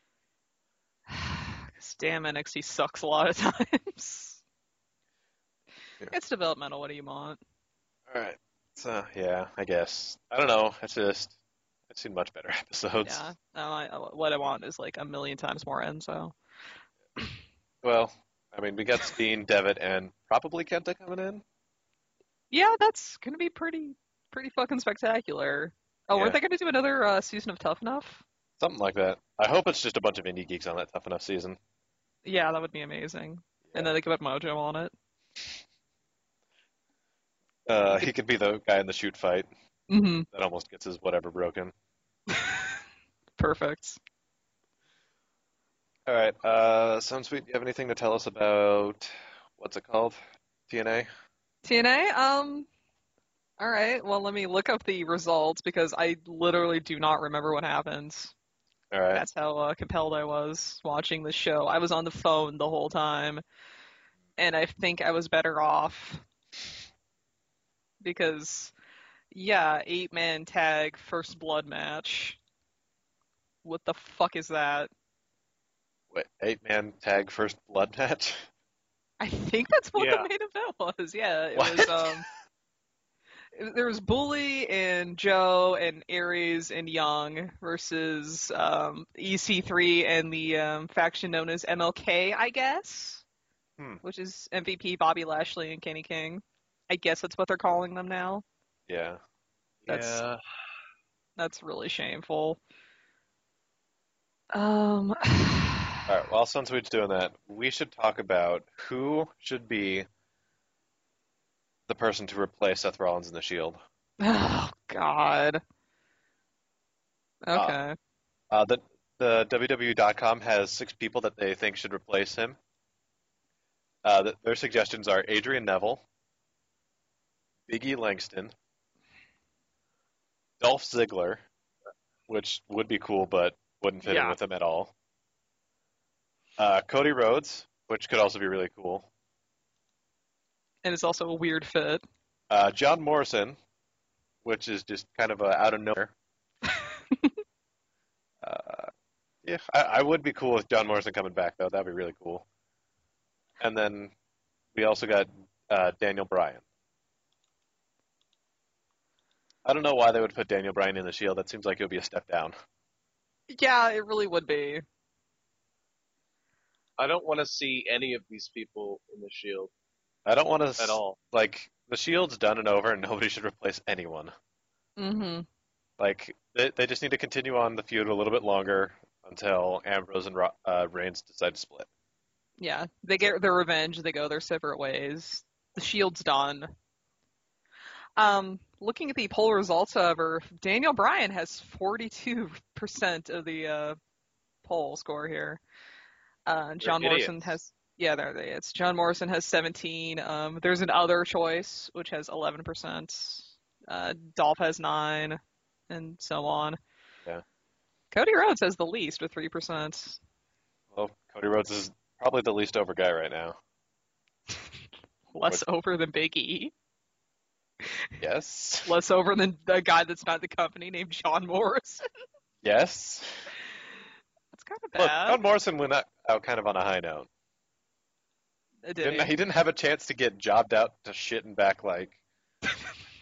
[SPEAKER 5] 'Cause Damn, NXT sucks a lot of times.
[SPEAKER 2] Yeah.
[SPEAKER 5] It's developmental. What do you want?
[SPEAKER 2] Alright. So yeah, I guess I don't know. It's just I've seen much better episodes.
[SPEAKER 5] Yeah. No, I, I- what I want is like a million times more Enzo.
[SPEAKER 2] Well, I mean, we got Steen, Devitt, and probably Kenta coming in.
[SPEAKER 5] Yeah, that's gonna be pretty pretty fucking spectacular. Oh,
[SPEAKER 2] Yeah.
[SPEAKER 5] weren't they gonna do another uh, season of Tough Enough?
[SPEAKER 2] Something like that. I hope it's just a bunch of indie geeks on that Tough Enough season.
[SPEAKER 5] Yeah, that would be amazing. And then they could put Mojo on it.
[SPEAKER 2] Uh, he could be the guy in the shoot fight
[SPEAKER 5] Mm-hmm.
[SPEAKER 2] that almost gets his whatever broken.
[SPEAKER 5] Perfect.
[SPEAKER 2] All right. Uh, Sound Sweet, do you have anything to tell us about what's it called? TNA?
[SPEAKER 5] TNA. Um. All right. Well, let me look up the results because I literally do not remember what happened.
[SPEAKER 2] All right.
[SPEAKER 5] That's how uh, compelled I was watching the show. I was on the phone the whole time, and I think I was better off because, yeah, eight man tag first blood match. What the fuck is that?
[SPEAKER 2] Wait, eight man tag first blood match?
[SPEAKER 5] I think that's what
[SPEAKER 2] Yeah.
[SPEAKER 5] the main event was. Yeah, it
[SPEAKER 2] What?
[SPEAKER 5] was. Um, it- there was Bully and Joe and Aries and Young versus um, EC3 and the um, faction known as MLK, I guess,
[SPEAKER 2] Hmm.
[SPEAKER 5] which is MVP Bobby Lashley and Kenny King. I guess that's what they're calling them now.
[SPEAKER 2] Yeah.
[SPEAKER 5] That's-
[SPEAKER 2] yeah.
[SPEAKER 5] That's really shameful. Um,
[SPEAKER 2] All right. Well, since we're doing that, we should talk about who should be the person to replace Seth Rollins in the Shield.
[SPEAKER 5] oh God. Okay.
[SPEAKER 2] Uh, the the WWE.com has six people that they think should replace him. Uh, th their suggestions are Adrian Neville, Biggie Langston, Dolph Ziggler, which would be cool but wouldn't fit in
[SPEAKER 5] Yeah.
[SPEAKER 2] with him at all. Uh, Cody Rhodes, which could also be really cool.
[SPEAKER 5] and it's also a weird fit.
[SPEAKER 2] Uh, John Morrison, which is just kind of a out of nowhere. uh, yeah, I, I would be cool with John Morrison coming back though. That'd be really cool. And then we also got uh, Daniel Bryan. I don't know why they would put Daniel Bryan in the Shield. That seems like it would be a step down.
[SPEAKER 5] Yeah, it really would be.
[SPEAKER 6] I don't want to see any of these people in the Shield
[SPEAKER 2] I don't want to
[SPEAKER 6] at all.
[SPEAKER 2] like the Shield's done and over, and nobody should replace anyone.
[SPEAKER 5] hmm
[SPEAKER 2] Like they, they just need to continue on the feud a little bit longer until Ambrose and Ro- uh, Reigns decide to split.
[SPEAKER 5] Yeah, they get their revenge. They go their separate ways. The shield's done. Um, looking at the poll results, however, Daniel Bryan has 42% of the uh, poll score here. Uh, John Morrison
[SPEAKER 6] idiots.
[SPEAKER 5] has, yeah, there they. It's John Morrison has 17. Um, there's an other choice which has 11%. Uh, Dolph has nine, and so on.
[SPEAKER 2] Yeah.
[SPEAKER 5] Cody Rhodes has the least with 3%.
[SPEAKER 2] Well, Cody Rhodes is probably the least over guy right now.
[SPEAKER 5] Less over than Big E.
[SPEAKER 2] Yes.
[SPEAKER 5] less over than the guy that's not the company named John Morrison.
[SPEAKER 2] Yes.
[SPEAKER 5] That's kind of
[SPEAKER 2] Look,
[SPEAKER 5] bad.
[SPEAKER 2] John Morrison went out, out kind of on a high note.
[SPEAKER 5] Uh, did
[SPEAKER 2] Didn't,
[SPEAKER 5] he?
[SPEAKER 2] he didn't have a chance to get jobbed out to shit and back like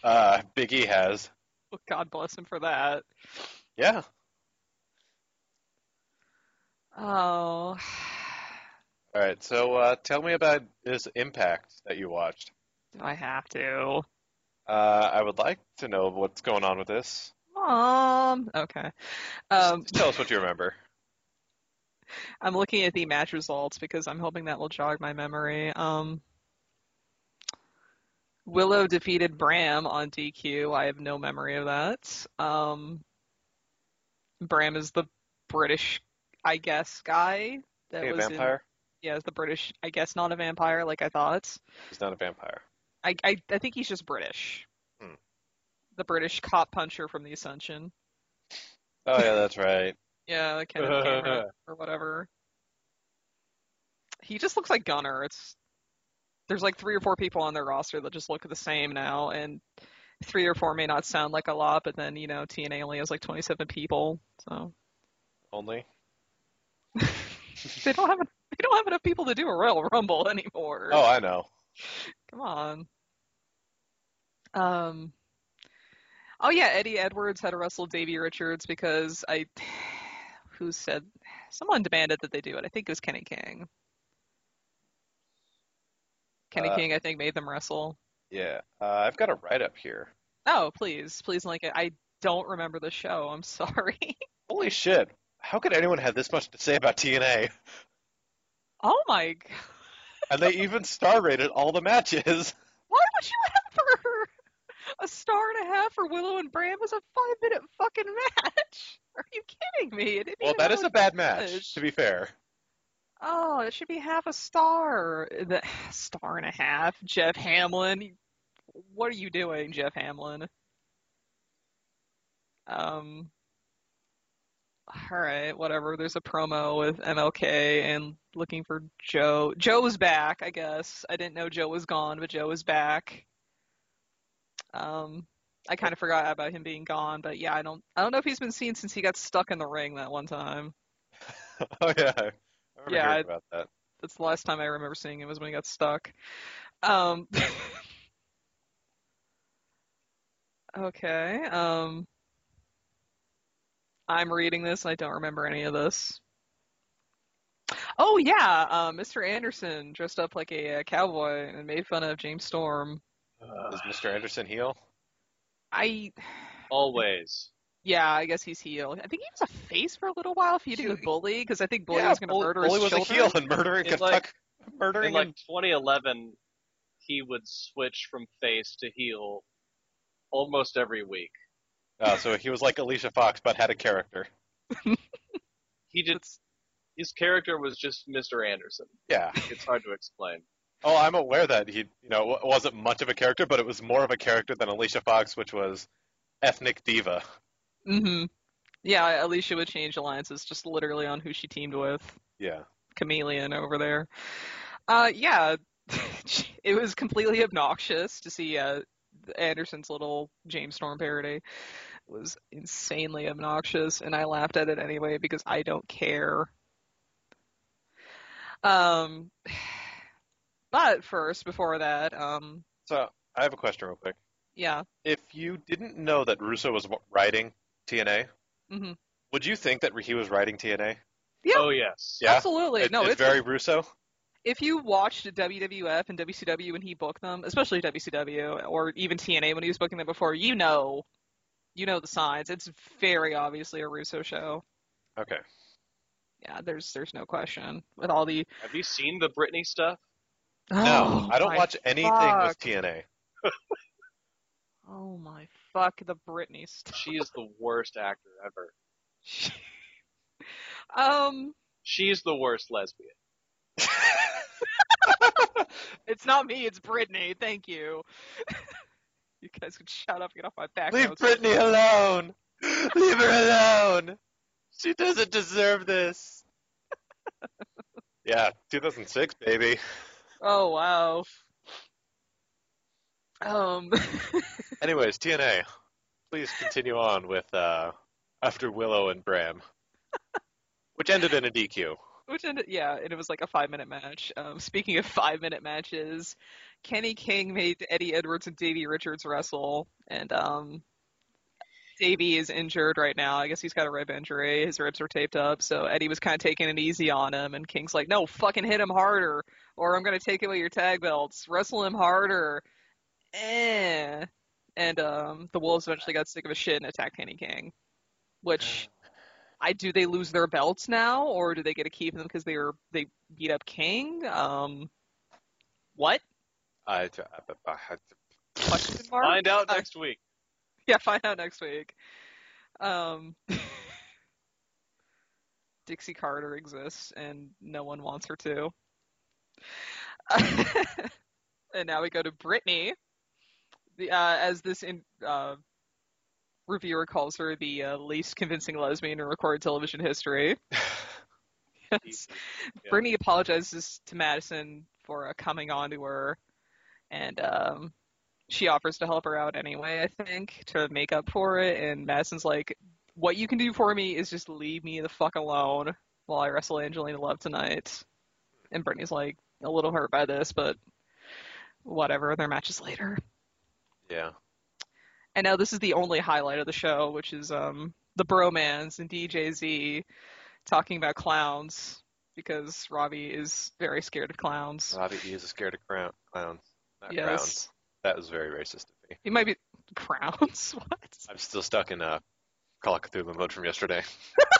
[SPEAKER 2] uh, Big E has.
[SPEAKER 5] Well, God bless him for that.
[SPEAKER 2] Yeah.
[SPEAKER 5] Oh,
[SPEAKER 2] All right. So uh, tell me about this Impact that you watched.
[SPEAKER 5] do I have to?
[SPEAKER 2] Uh, I would like to know what's going on with this.
[SPEAKER 5] Um, okay. Um,
[SPEAKER 2] Just tell us what you remember.
[SPEAKER 5] I'm looking at the match results because I'm hoping that will jog my memory. Um, Willow defeated Bram on DQ. I have no memory of that. Um, Bram is the British, I guess, guy that
[SPEAKER 2] Hey,
[SPEAKER 5] was in-
[SPEAKER 2] vampire?
[SPEAKER 5] yeah, as the British, I guess not a vampire like I thought.
[SPEAKER 2] He's not a vampire.
[SPEAKER 5] I I, I think he's just British.
[SPEAKER 2] Hmm.
[SPEAKER 5] The British cop puncher from the Ascension.
[SPEAKER 2] Oh yeah, that's right.
[SPEAKER 5] Yeah, Kenneth Cameron or whatever. He just looks like Gunner. It's there's like three or four people on their roster that just look the same now, and three or four may not sound like a lot, but then you know TNA only has like 27 people, so
[SPEAKER 2] Only.
[SPEAKER 5] they don't have they don't have enough people to do a Royal Rumble anymore.
[SPEAKER 2] Oh, I know.
[SPEAKER 5] Come on. Um. Oh yeah, Eddie Edwards had to wrestle Davey Richards because I, who said, someone demanded that they do it. I think it was Kenny King. Kenny
[SPEAKER 2] Uh,
[SPEAKER 5] King, I think, made them wrestle.
[SPEAKER 2] Yeah. Uh, I've got a write up here.
[SPEAKER 5] Oh, please, please link it. I don't remember the show. I'm sorry.
[SPEAKER 2] Holy shit. How could anyone have this much to say about TNA?
[SPEAKER 5] oh my, g-
[SPEAKER 2] And they even star rated all the matches.
[SPEAKER 5] why would you ever? A star and a half for Willow and Bram was a five minute fucking match. Are you kidding me? It didn't
[SPEAKER 2] Well,
[SPEAKER 5] even
[SPEAKER 2] that
[SPEAKER 5] have
[SPEAKER 2] is a bad match, to be fair.
[SPEAKER 5] Oh, it should be half a star. The star and a half. Jeff Hamlin. What are you doing, Jeff Hamlin? Um all right, whatever. There's a promo with MLK and looking for Joe. Joe was back, I guess. I didn't know Joe was gone, but Joe was back. Um I kind of forgot about him being gone, but yeah, I don't I don't know if he's been seen since he got stuck in the ring that one time.
[SPEAKER 2] Oh, yeah. I remember
[SPEAKER 5] Yeah,
[SPEAKER 2] hearing
[SPEAKER 5] I-
[SPEAKER 2] about that.
[SPEAKER 5] That's the last time I remember seeing him was when he got stuck. Um, okay. Um, I'm reading this. I don't remember any of this. Oh yeah, uh, Mr. Anderson dressed up like a, uh cowboy and made fun of James Storm.
[SPEAKER 6] Uh,
[SPEAKER 2] Is Mr. Anderson heel?
[SPEAKER 5] I
[SPEAKER 6] always.
[SPEAKER 5] yeah, I guess he's heel. I think he was a face for a little while feuding with Bully because I think Bully was going to
[SPEAKER 2] Bull-
[SPEAKER 5] murder
[SPEAKER 2] Bully
[SPEAKER 5] his
[SPEAKER 2] was
[SPEAKER 5] children.
[SPEAKER 2] a heel and murdering
[SPEAKER 6] In,
[SPEAKER 2] Kentucky,
[SPEAKER 6] like- In
[SPEAKER 2] murdering
[SPEAKER 6] like
[SPEAKER 2] in-
[SPEAKER 6] 2011, he would switch from face to heel almost every week.
[SPEAKER 2] Oh, so he was like Alicia Fox, but had a character.
[SPEAKER 6] He did.
[SPEAKER 5] That's-
[SPEAKER 6] His character was just Mr. Anderson.
[SPEAKER 2] Yeah.
[SPEAKER 6] It's hard to explain.
[SPEAKER 2] Oh, I'm aware that he, you know, wa- wasn't much of a character, but it was more of a character than Alicia Fox, which was ethnic diva.
[SPEAKER 5] hmm Yeah, Alicia would change alliances just literally on who she teamed with.
[SPEAKER 2] Yeah.
[SPEAKER 5] Chameleon over there. Uh, yeah, it was completely obnoxious to see uh, Anderson's little James Storm parody. It was insanely obnoxious, and I laughed at it anyway because I don't care. Um, but first, before that, um,
[SPEAKER 2] So I have a question, real quick.
[SPEAKER 5] yeah,
[SPEAKER 2] If you didn't know that Russo was w- writing TNA,
[SPEAKER 5] Mhm.
[SPEAKER 2] would you think that he was writing TNA?
[SPEAKER 5] Yeah.
[SPEAKER 6] Oh yes.
[SPEAKER 2] Yeah.
[SPEAKER 5] absolutely.
[SPEAKER 2] It-
[SPEAKER 5] no,
[SPEAKER 2] it's,
[SPEAKER 5] it's
[SPEAKER 2] very Russo.
[SPEAKER 5] if you watched WWF and WCW when he booked them, especially WCW or even TNA when he was booking them before, you know, you know the signs. It's very obviously a Russo show.
[SPEAKER 2] Okay.
[SPEAKER 5] Yeah, there's there's no question with all the.
[SPEAKER 6] Have you seen the Britney stuff?
[SPEAKER 2] No,
[SPEAKER 5] Oh,
[SPEAKER 2] I don't
[SPEAKER 5] my-
[SPEAKER 2] watch anything
[SPEAKER 5] fuck.
[SPEAKER 2] with TNA.
[SPEAKER 5] Oh my fuck, the Britney stuff.
[SPEAKER 6] She is the worst actor ever.
[SPEAKER 5] um,
[SPEAKER 6] She's the worst lesbian.
[SPEAKER 5] it's not me, it's Britney. Thank you. you guys can shut up, get off my back.
[SPEAKER 2] Leave
[SPEAKER 5] I was-
[SPEAKER 2] Brittany alone. Leave her alone. She doesn't deserve this. yeah, 2006, baby.
[SPEAKER 5] Oh wow. Um.
[SPEAKER 2] Anyways, TNA. Please continue on with uh, after Willow and Bram, which ended in a DQ.
[SPEAKER 5] Which ended, yeah, and it was like a five minute match. Um, speaking of five minute matches, Kenny King made Eddie Edwards and Davey Richards wrestle, and um, Davey is injured right now. I guess he's got a rib injury. His ribs are taped up, so Eddie was kind of taking it easy on him, and King's like, "No, fucking hit him harder, or I'm gonna take away your tag belts. Wrestle him harder." Eh. And um, the Wolves eventually got sick of his shit and attacked Kenny King, which. I do they lose their belts now, or do they get to keep them because they were they beat up King? Um, what?
[SPEAKER 2] I, I,
[SPEAKER 5] Question mark? uh,
[SPEAKER 6] Find out next week.
[SPEAKER 5] Yeah, find out next week. Um, Dixie Carter exists, and no one wants her to. and now we go to Brittany, the, uh, as this in, uh, reviewer calls her the uh, least convincing lesbian in recorded television history. Yes.
[SPEAKER 6] Yeah.
[SPEAKER 5] Brittany apologizes to Madison for uh, coming on to her, and um, she offers to help her out anyway, I think, to make up for it. And Madison's like, What you can do for me is just leave me the fuck alone while I wrestle Angelina Love tonight. And Brittany's like, a little hurt by this, but whatever, their match is later.
[SPEAKER 2] yeah.
[SPEAKER 5] And now this is the only highlight of the show, which is um, the bromance and DJZ talking about clowns because Robbie is very scared of clowns.
[SPEAKER 2] Robbie E is a scared of crown, clowns. Not
[SPEAKER 5] yes,
[SPEAKER 2] crowns. That was very racist of me.
[SPEAKER 5] he might be crowns. what?
[SPEAKER 2] I'm still stuck in uh, Cthulhu mode from yesterday.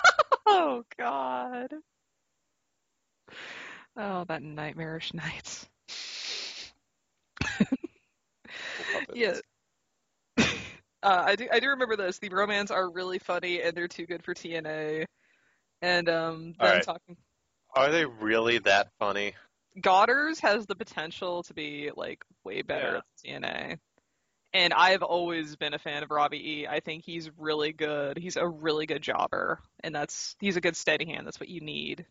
[SPEAKER 5] Oh God. Oh, that nightmarish night. Yeah. Uh, I do I do remember this. The romans are really funny and they're too good for TNA. And um,
[SPEAKER 2] All
[SPEAKER 5] them
[SPEAKER 2] right.
[SPEAKER 5] talking
[SPEAKER 2] Are they really that funny?
[SPEAKER 5] Goddard's has the potential to be like way better at TNA. And I've always been a fan of Robbie E. I think he's really good. He's a really good jobber, and that's he's a good steady hand. That's what you need.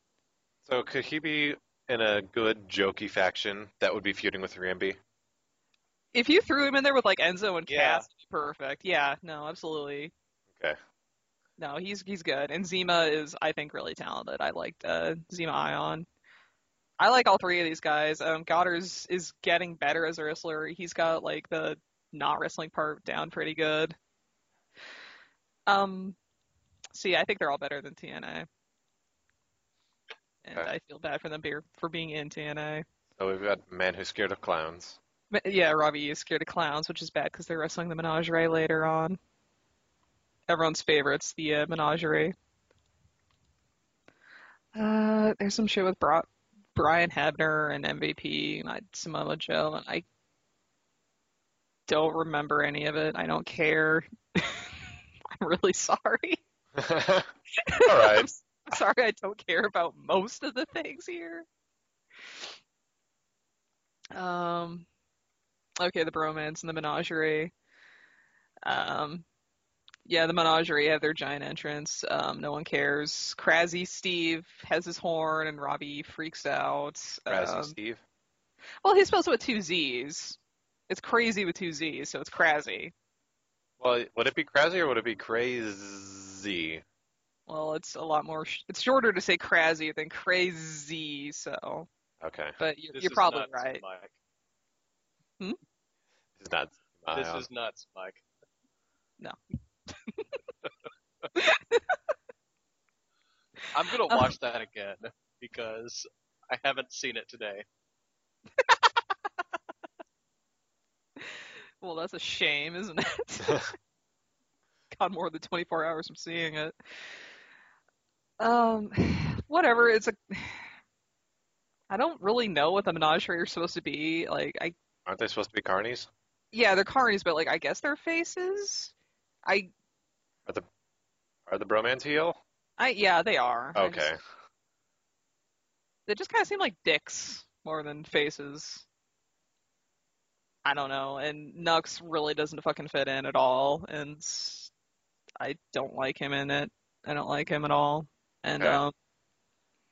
[SPEAKER 2] So could he be in a good jokey faction that would be feuding with Rambi?
[SPEAKER 5] If you threw him in there with like Enzo and
[SPEAKER 6] Yeah.
[SPEAKER 5] Cass, it'd be perfect. Yeah, no, absolutely.
[SPEAKER 2] Okay.
[SPEAKER 5] No, he's he's good. And Zima is I think really talented. I liked uh, Zima Ion. I like all three of these guys. Um, Goddard's is getting better as a wrestler. He's got like the not wrestling part down pretty good. Um, see, I think they're all better than TNA, and
[SPEAKER 2] Okay.
[SPEAKER 5] I feel bad for them beer for being in TNA.
[SPEAKER 2] So we've got Man Who's Scared of Clowns.
[SPEAKER 5] But, yeah, Robbie is scared of clowns, which is bad because they're wrestling the Menagerie later on. Everyone's favorite's the uh, Menagerie. Uh, there's some shit with Bro- Brian Hebner and MVP and I, Samoa Joe, and I don't remember any of it. I don't care. I'm really sorry.
[SPEAKER 2] All
[SPEAKER 5] I'm
[SPEAKER 2] right.
[SPEAKER 5] s- I'm sorry, I don't care about most of the things here. Um, okay, the bromance and the menagerie. Um, yeah, the menagerie have their giant entrance. Um, no one cares. Crazy Steve has his horn, and Robbie freaks out.
[SPEAKER 2] Razzie
[SPEAKER 5] Um,
[SPEAKER 2] Steve.
[SPEAKER 5] well, he spells it with two Z's. It's crazy with two Z's, so it's crazy.
[SPEAKER 2] Well, would it be crazy or would it be crazy?
[SPEAKER 5] Well, it's a lot more. Sh- it's shorter to say crazy than crazy, so.
[SPEAKER 2] Okay.
[SPEAKER 5] But you're,
[SPEAKER 6] This
[SPEAKER 5] you're
[SPEAKER 6] is
[SPEAKER 5] probably
[SPEAKER 6] nuts,
[SPEAKER 5] right.
[SPEAKER 6] Mike.
[SPEAKER 2] It's not.
[SPEAKER 6] This
[SPEAKER 2] uh,
[SPEAKER 6] is nuts, Mike.
[SPEAKER 5] No.
[SPEAKER 6] I'm gonna
[SPEAKER 5] Um,
[SPEAKER 6] watch that again because I haven't seen it today.
[SPEAKER 5] Well, that's a shame, isn't it? Got more than 24 hours from seeing it. Um, whatever. It's a. I don't really know what the menagerie are supposed to be. Like, I
[SPEAKER 2] aren't they supposed to be carnies?
[SPEAKER 5] yeah, they're carnies, but like, I guess they're faces. I,
[SPEAKER 2] Are the bromance heel?
[SPEAKER 5] I yeah, they are. I
[SPEAKER 2] Okay.
[SPEAKER 5] just- they just kind of seem like dicks more than faces. I don't know. And Nux really doesn't fucking fit in at all, and s- I don't like him in it. I don't like him at all. And
[SPEAKER 2] Okay.
[SPEAKER 5] um,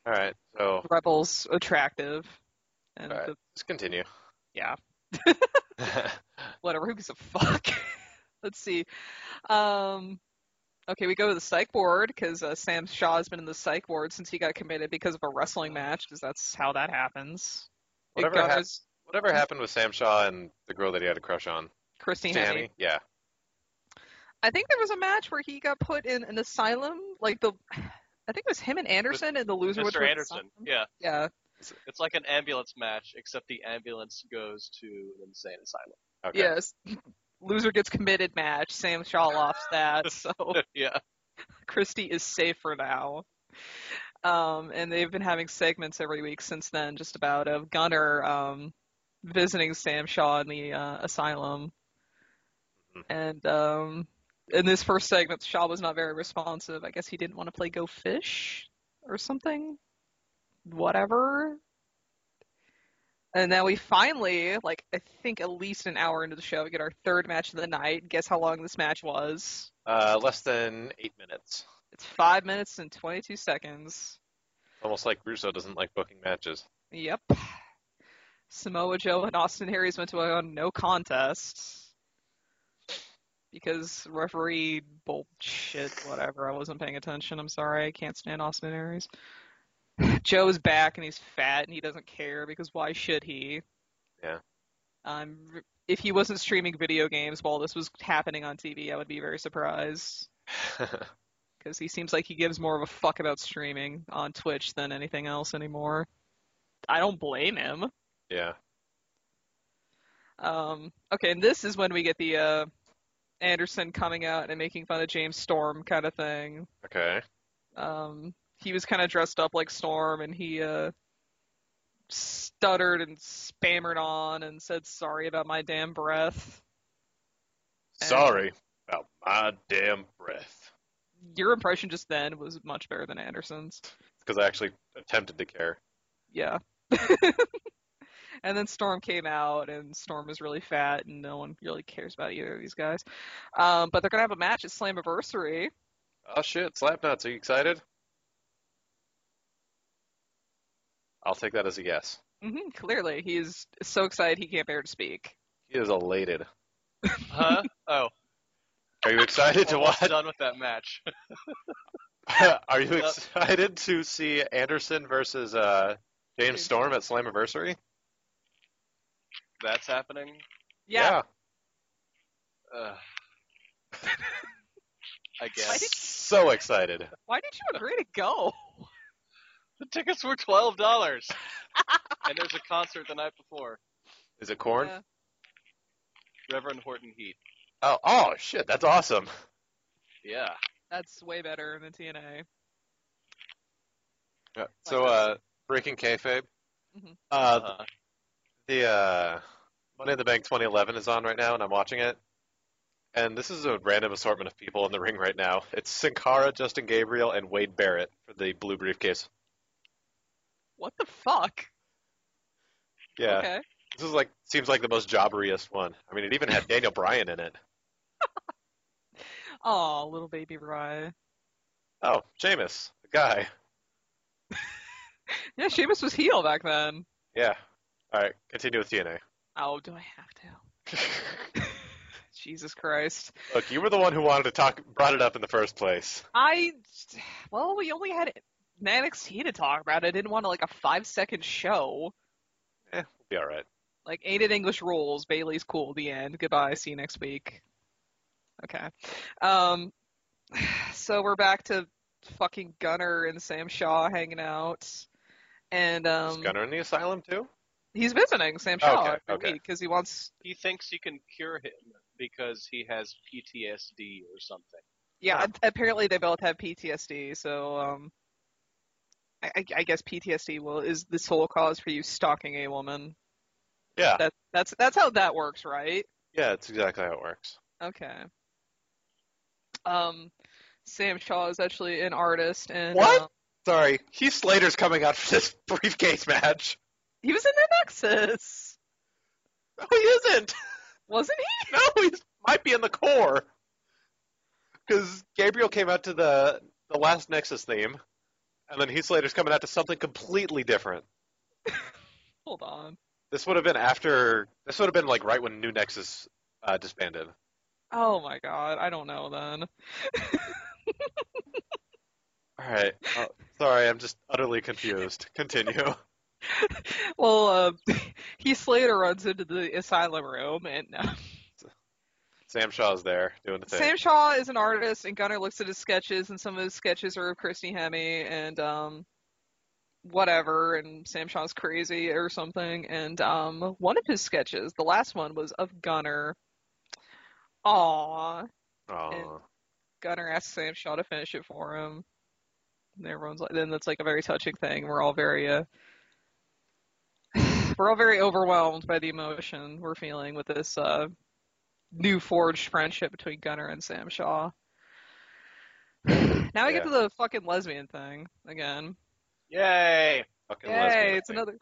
[SPEAKER 2] All right. So
[SPEAKER 5] Rebel's attractive, and
[SPEAKER 2] Alright.
[SPEAKER 5] the,
[SPEAKER 2] let's continue.
[SPEAKER 5] yeah,
[SPEAKER 2] All
[SPEAKER 5] whatever. Who gives a fuck? Let's see. Um, okay, we go to the psych ward because uh, Sam Shaw has been in the psych ward since he got committed because of a wrestling match, because that's how that happens. It
[SPEAKER 2] Whatever hap-
[SPEAKER 5] goes
[SPEAKER 2] Whatever happened with Sam Shaw and the girl that he had a crush on?
[SPEAKER 5] Christine
[SPEAKER 2] Sammy?
[SPEAKER 5] Henny.
[SPEAKER 2] Yeah.
[SPEAKER 5] I think there was a match where he got put in an asylum, like the. I think it was him and Anderson, and the loser went to
[SPEAKER 6] Mr.
[SPEAKER 5] an
[SPEAKER 6] Anderson.
[SPEAKER 5] asylum.
[SPEAKER 6] Yeah.
[SPEAKER 5] Yeah.
[SPEAKER 6] It's like an ambulance match, except the ambulance goes to an insane asylum.
[SPEAKER 2] Okay.
[SPEAKER 5] Yes. Loser gets committed match. Sam Shaw lofts that, so
[SPEAKER 6] yeah.
[SPEAKER 5] Christy is safe for now. Um, and they've been having segments every week since then, just about of Gunner um, visiting Sam Shaw in the uh, asylum.
[SPEAKER 2] Mhm.
[SPEAKER 5] And um, in this first segment, Shaw was not very responsive. I guess he didn't want to play Go Fish or something. Whatever. And then we finally, like, I think at least an hour into the show, we get our third match of the night. Guess how long this match was?
[SPEAKER 2] Uh, less than eight minutes.
[SPEAKER 5] It's five minutes and 22 seconds.
[SPEAKER 2] Almost like Russo doesn't like booking matches.
[SPEAKER 5] Yep. Samoa Joe and Austin Aries went to a no contest because referee bullshit, whatever. I wasn't paying attention. I'm sorry. I can't stand Austin Aries. Joe's back and he's fat and he doesn't care because why should he?
[SPEAKER 2] Yeah.
[SPEAKER 5] Um, if he wasn't streaming video games while this was happening on TV, I would be very surprised. because he seems like he gives more of a fuck about streaming on Twitch than anything else anymore. I don't blame him.
[SPEAKER 2] yeah.
[SPEAKER 5] Um, okay, and this is when we get the uh, Anderson coming out and making fun of James Storm kind of thing.
[SPEAKER 2] Okay.
[SPEAKER 5] Um, he was kind of dressed up like Storm, and he uh, stuttered and spammered on and said sorry about my damn breath. And-
[SPEAKER 2] Sorry about my damn breath.
[SPEAKER 5] Your impression just then was much better than Anderson's.
[SPEAKER 2] Because I actually attempted to care.
[SPEAKER 5] yeah. and then Storm came out, and Storm is really fat, and no one really cares about either of these guys. Um, but they're gonna have a match at Slammiversary.
[SPEAKER 2] Oh shit, Slapnuts, are you excited? I'll take that as a yes.
[SPEAKER 5] hmm clearly, he's so excited he can't bear to speak.
[SPEAKER 2] He is elated.
[SPEAKER 6] Huh? Oh.
[SPEAKER 2] Are you excited to
[SPEAKER 6] almost
[SPEAKER 2] watch?
[SPEAKER 6] done with that match.
[SPEAKER 2] Are you excited to see Anderson versus uh, James Storm at Slammiversary?
[SPEAKER 6] That's happening.
[SPEAKER 5] Yeah.
[SPEAKER 6] Uh, I
[SPEAKER 5] Why
[SPEAKER 6] guess
[SPEAKER 5] did-
[SPEAKER 2] So excited.
[SPEAKER 5] Why did you agree to go?
[SPEAKER 6] the tickets were twelve dollars, and there's a concert the night before.
[SPEAKER 2] Is it corn?
[SPEAKER 5] Yeah.
[SPEAKER 6] Reverend Horton Heat.
[SPEAKER 2] Oh, oh shit, that's awesome.
[SPEAKER 6] Yeah.
[SPEAKER 5] That's way better than TNA.
[SPEAKER 2] Yeah. So, uh, breaking kayfabe.
[SPEAKER 5] Mhm.
[SPEAKER 2] Uh,
[SPEAKER 6] Uh,
[SPEAKER 2] the uh, Money in the Bank 2011 is on right now, and I'm watching it. And this is a random assortment of people in the ring right now. It's Sin Cara, Justin Gabriel, and Wade Barrett for the blue briefcase.
[SPEAKER 5] What the fuck?
[SPEAKER 2] Yeah,
[SPEAKER 5] Okay.
[SPEAKER 2] this is like seems like the most jobberiest one. I mean, it even had Daniel Bryan in it.
[SPEAKER 5] Oh, little baby Rye.
[SPEAKER 2] Oh, Sheamus, the guy.
[SPEAKER 5] Yeah, Sheamus was heel back then.
[SPEAKER 2] Yeah. All right, continue with TNA.
[SPEAKER 5] Oh, do I have to? Jesus Christ.
[SPEAKER 2] Look, you were the one who wanted to talk, brought it up in the first place.
[SPEAKER 5] I, well, we only had NXT to talk about. I didn't want to like a five second show.
[SPEAKER 2] Be all right.
[SPEAKER 5] Like aided English rules. Bailey's cool. The end. Goodbye. See you next week. Okay. Um. So we're back to fucking Gunner and Sam Shaw hanging out, and
[SPEAKER 2] Is
[SPEAKER 5] um,
[SPEAKER 2] Gunner in the asylum too?
[SPEAKER 5] he's visiting Sam Shaw
[SPEAKER 2] Okay,
[SPEAKER 5] every
[SPEAKER 2] okay.
[SPEAKER 5] because he wants.
[SPEAKER 6] he thinks you can cure him because he has PTSD or something.
[SPEAKER 5] Yeah.
[SPEAKER 2] Yeah.
[SPEAKER 5] a- Apparently they both have PTSD. So um. I, I- I guess PTSD will is the sole cause for you stalking a woman.
[SPEAKER 2] Yeah.
[SPEAKER 5] That that's that's how that works, right?
[SPEAKER 2] Yeah, that's exactly how it works.
[SPEAKER 5] Okay. Um, Sam Shaw is actually an artist, and
[SPEAKER 2] What?
[SPEAKER 5] uh,
[SPEAKER 2] Sorry, Heath Slater's coming out for this briefcase match.
[SPEAKER 5] he was in the Nexus,
[SPEAKER 2] No, he isn't.
[SPEAKER 5] wasn't he?
[SPEAKER 2] No, he might be in the core. Because Gabriel came out to the the last Nexus theme, and then Heath Slater's coming out to something completely different.
[SPEAKER 5] Hold on.
[SPEAKER 2] This would have been after. This would have been like right when New Nexus uh, disbanded.
[SPEAKER 5] Oh my god, I don't know then.
[SPEAKER 2] All right. Oh, sorry, I'm just utterly confused. Continue.
[SPEAKER 5] Well, uh, Heath Slater runs into the asylum room, and uh,
[SPEAKER 2] Sam Shaw's there doing the thing.
[SPEAKER 5] Sam Shaw is an artist, and Gunnar looks at his sketches, and some of his sketches are of Christy Hemme, and um, whatever, and Sam Shaw's crazy or something, and um, one of his sketches, the last one, was of Gunnar. Aww.
[SPEAKER 2] Aw.
[SPEAKER 5] Gunnar asks Sam Shaw to finish it for him. And everyone's like, then that's like a very touching thing. We're all very, uh, we're all very overwhelmed by the emotion we're feeling with this uh, new forged friendship between Gunnar and Sam Shaw. Now I get
[SPEAKER 2] Yeah.
[SPEAKER 5] to the fucking lesbian thing again.
[SPEAKER 6] Yay!
[SPEAKER 2] Fucking lesbian,
[SPEAKER 5] Yay! It's
[SPEAKER 2] I think.
[SPEAKER 5] another,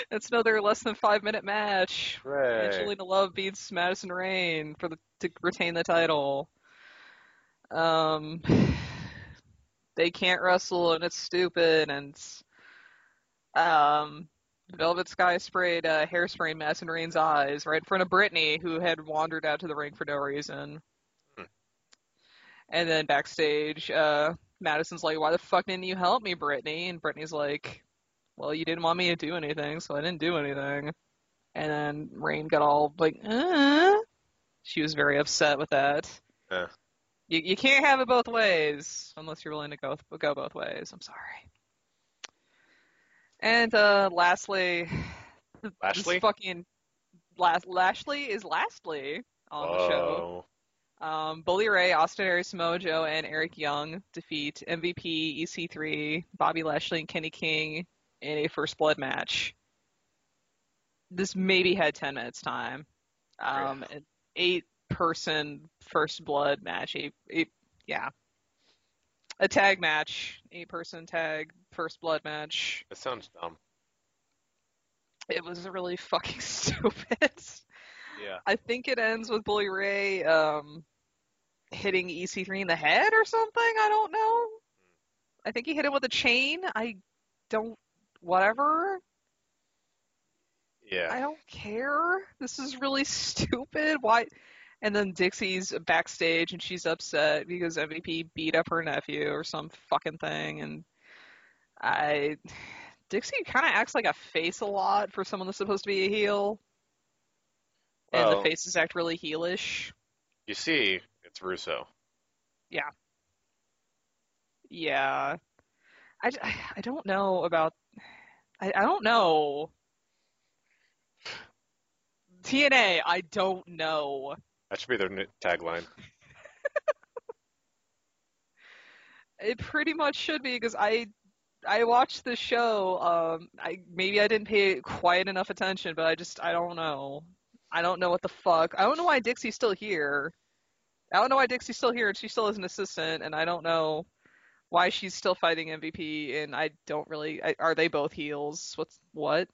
[SPEAKER 5] it's another less than five minute match.
[SPEAKER 2] Hooray.
[SPEAKER 5] Angelina Love beats Madison Rain for the to retain the title. Um, they can't wrestle and it's stupid and it's- um, Velvet Sky sprayed uh, hairspray in Madison Rain's eyes right in front of Brittany, who had wandered out to the ring for no reason.
[SPEAKER 2] Hmm.
[SPEAKER 5] And then backstage, uh, Madison's like, "Why the fuck didn't you help me, Brittany?" And Brittany's like, "Well, you didn't want me to do anything, so I didn't do anything." And then Rain got all like, uh. she was very upset with that.
[SPEAKER 2] Yeah.
[SPEAKER 5] You you can't have it both ways unless you're willing to go go both ways. I'm sorry. And uh, lastly, this
[SPEAKER 2] Lashley?
[SPEAKER 5] fucking last Lashley is lastly on the show.
[SPEAKER 2] Whoa.
[SPEAKER 5] Um, Bully Ray, Austin Aries, Samoa Joe, and Eric Young defeat MVP, EC3, E Bobby Lashley, and Kenny King in a first blood match. This maybe had 10 minutes time. Um, an eight person first blood match. Eight, eight, yeah. A tag match. Eight person tag first blood match
[SPEAKER 2] That sounds dumb.
[SPEAKER 5] it was really fucking stupid.
[SPEAKER 2] Yeah.
[SPEAKER 5] I think it ends with Bully Ray um, hitting EC3 in the head or something. I don't know. I think he hit him with a chain. I don't. Whatever.
[SPEAKER 2] Yeah.
[SPEAKER 5] I don't care. This is really stupid. Why? And then Dixie's backstage and she's upset because MVP beat up her nephew or some fucking thing. And I. Dixie kind of acts like a face a lot for someone that's supposed to be a heel, and the
[SPEAKER 2] Well-
[SPEAKER 5] faces act really heelish.
[SPEAKER 2] You see, it's Russo.
[SPEAKER 5] Yeah, I, d- I don't know about I, I don't know TNA. I don't know.
[SPEAKER 2] That should be their new tagline.
[SPEAKER 5] It pretty much should be because I I watched the show. Um, I maybe I didn't pay quite enough attention, but I just I don't know. I don't know what the fuck. I don't know why Dixie's still here. I don't know why Dixie's still here and she still is an assistant, and I don't know why she's still fighting MVP. And I don't really. I, are they both heels? What's what?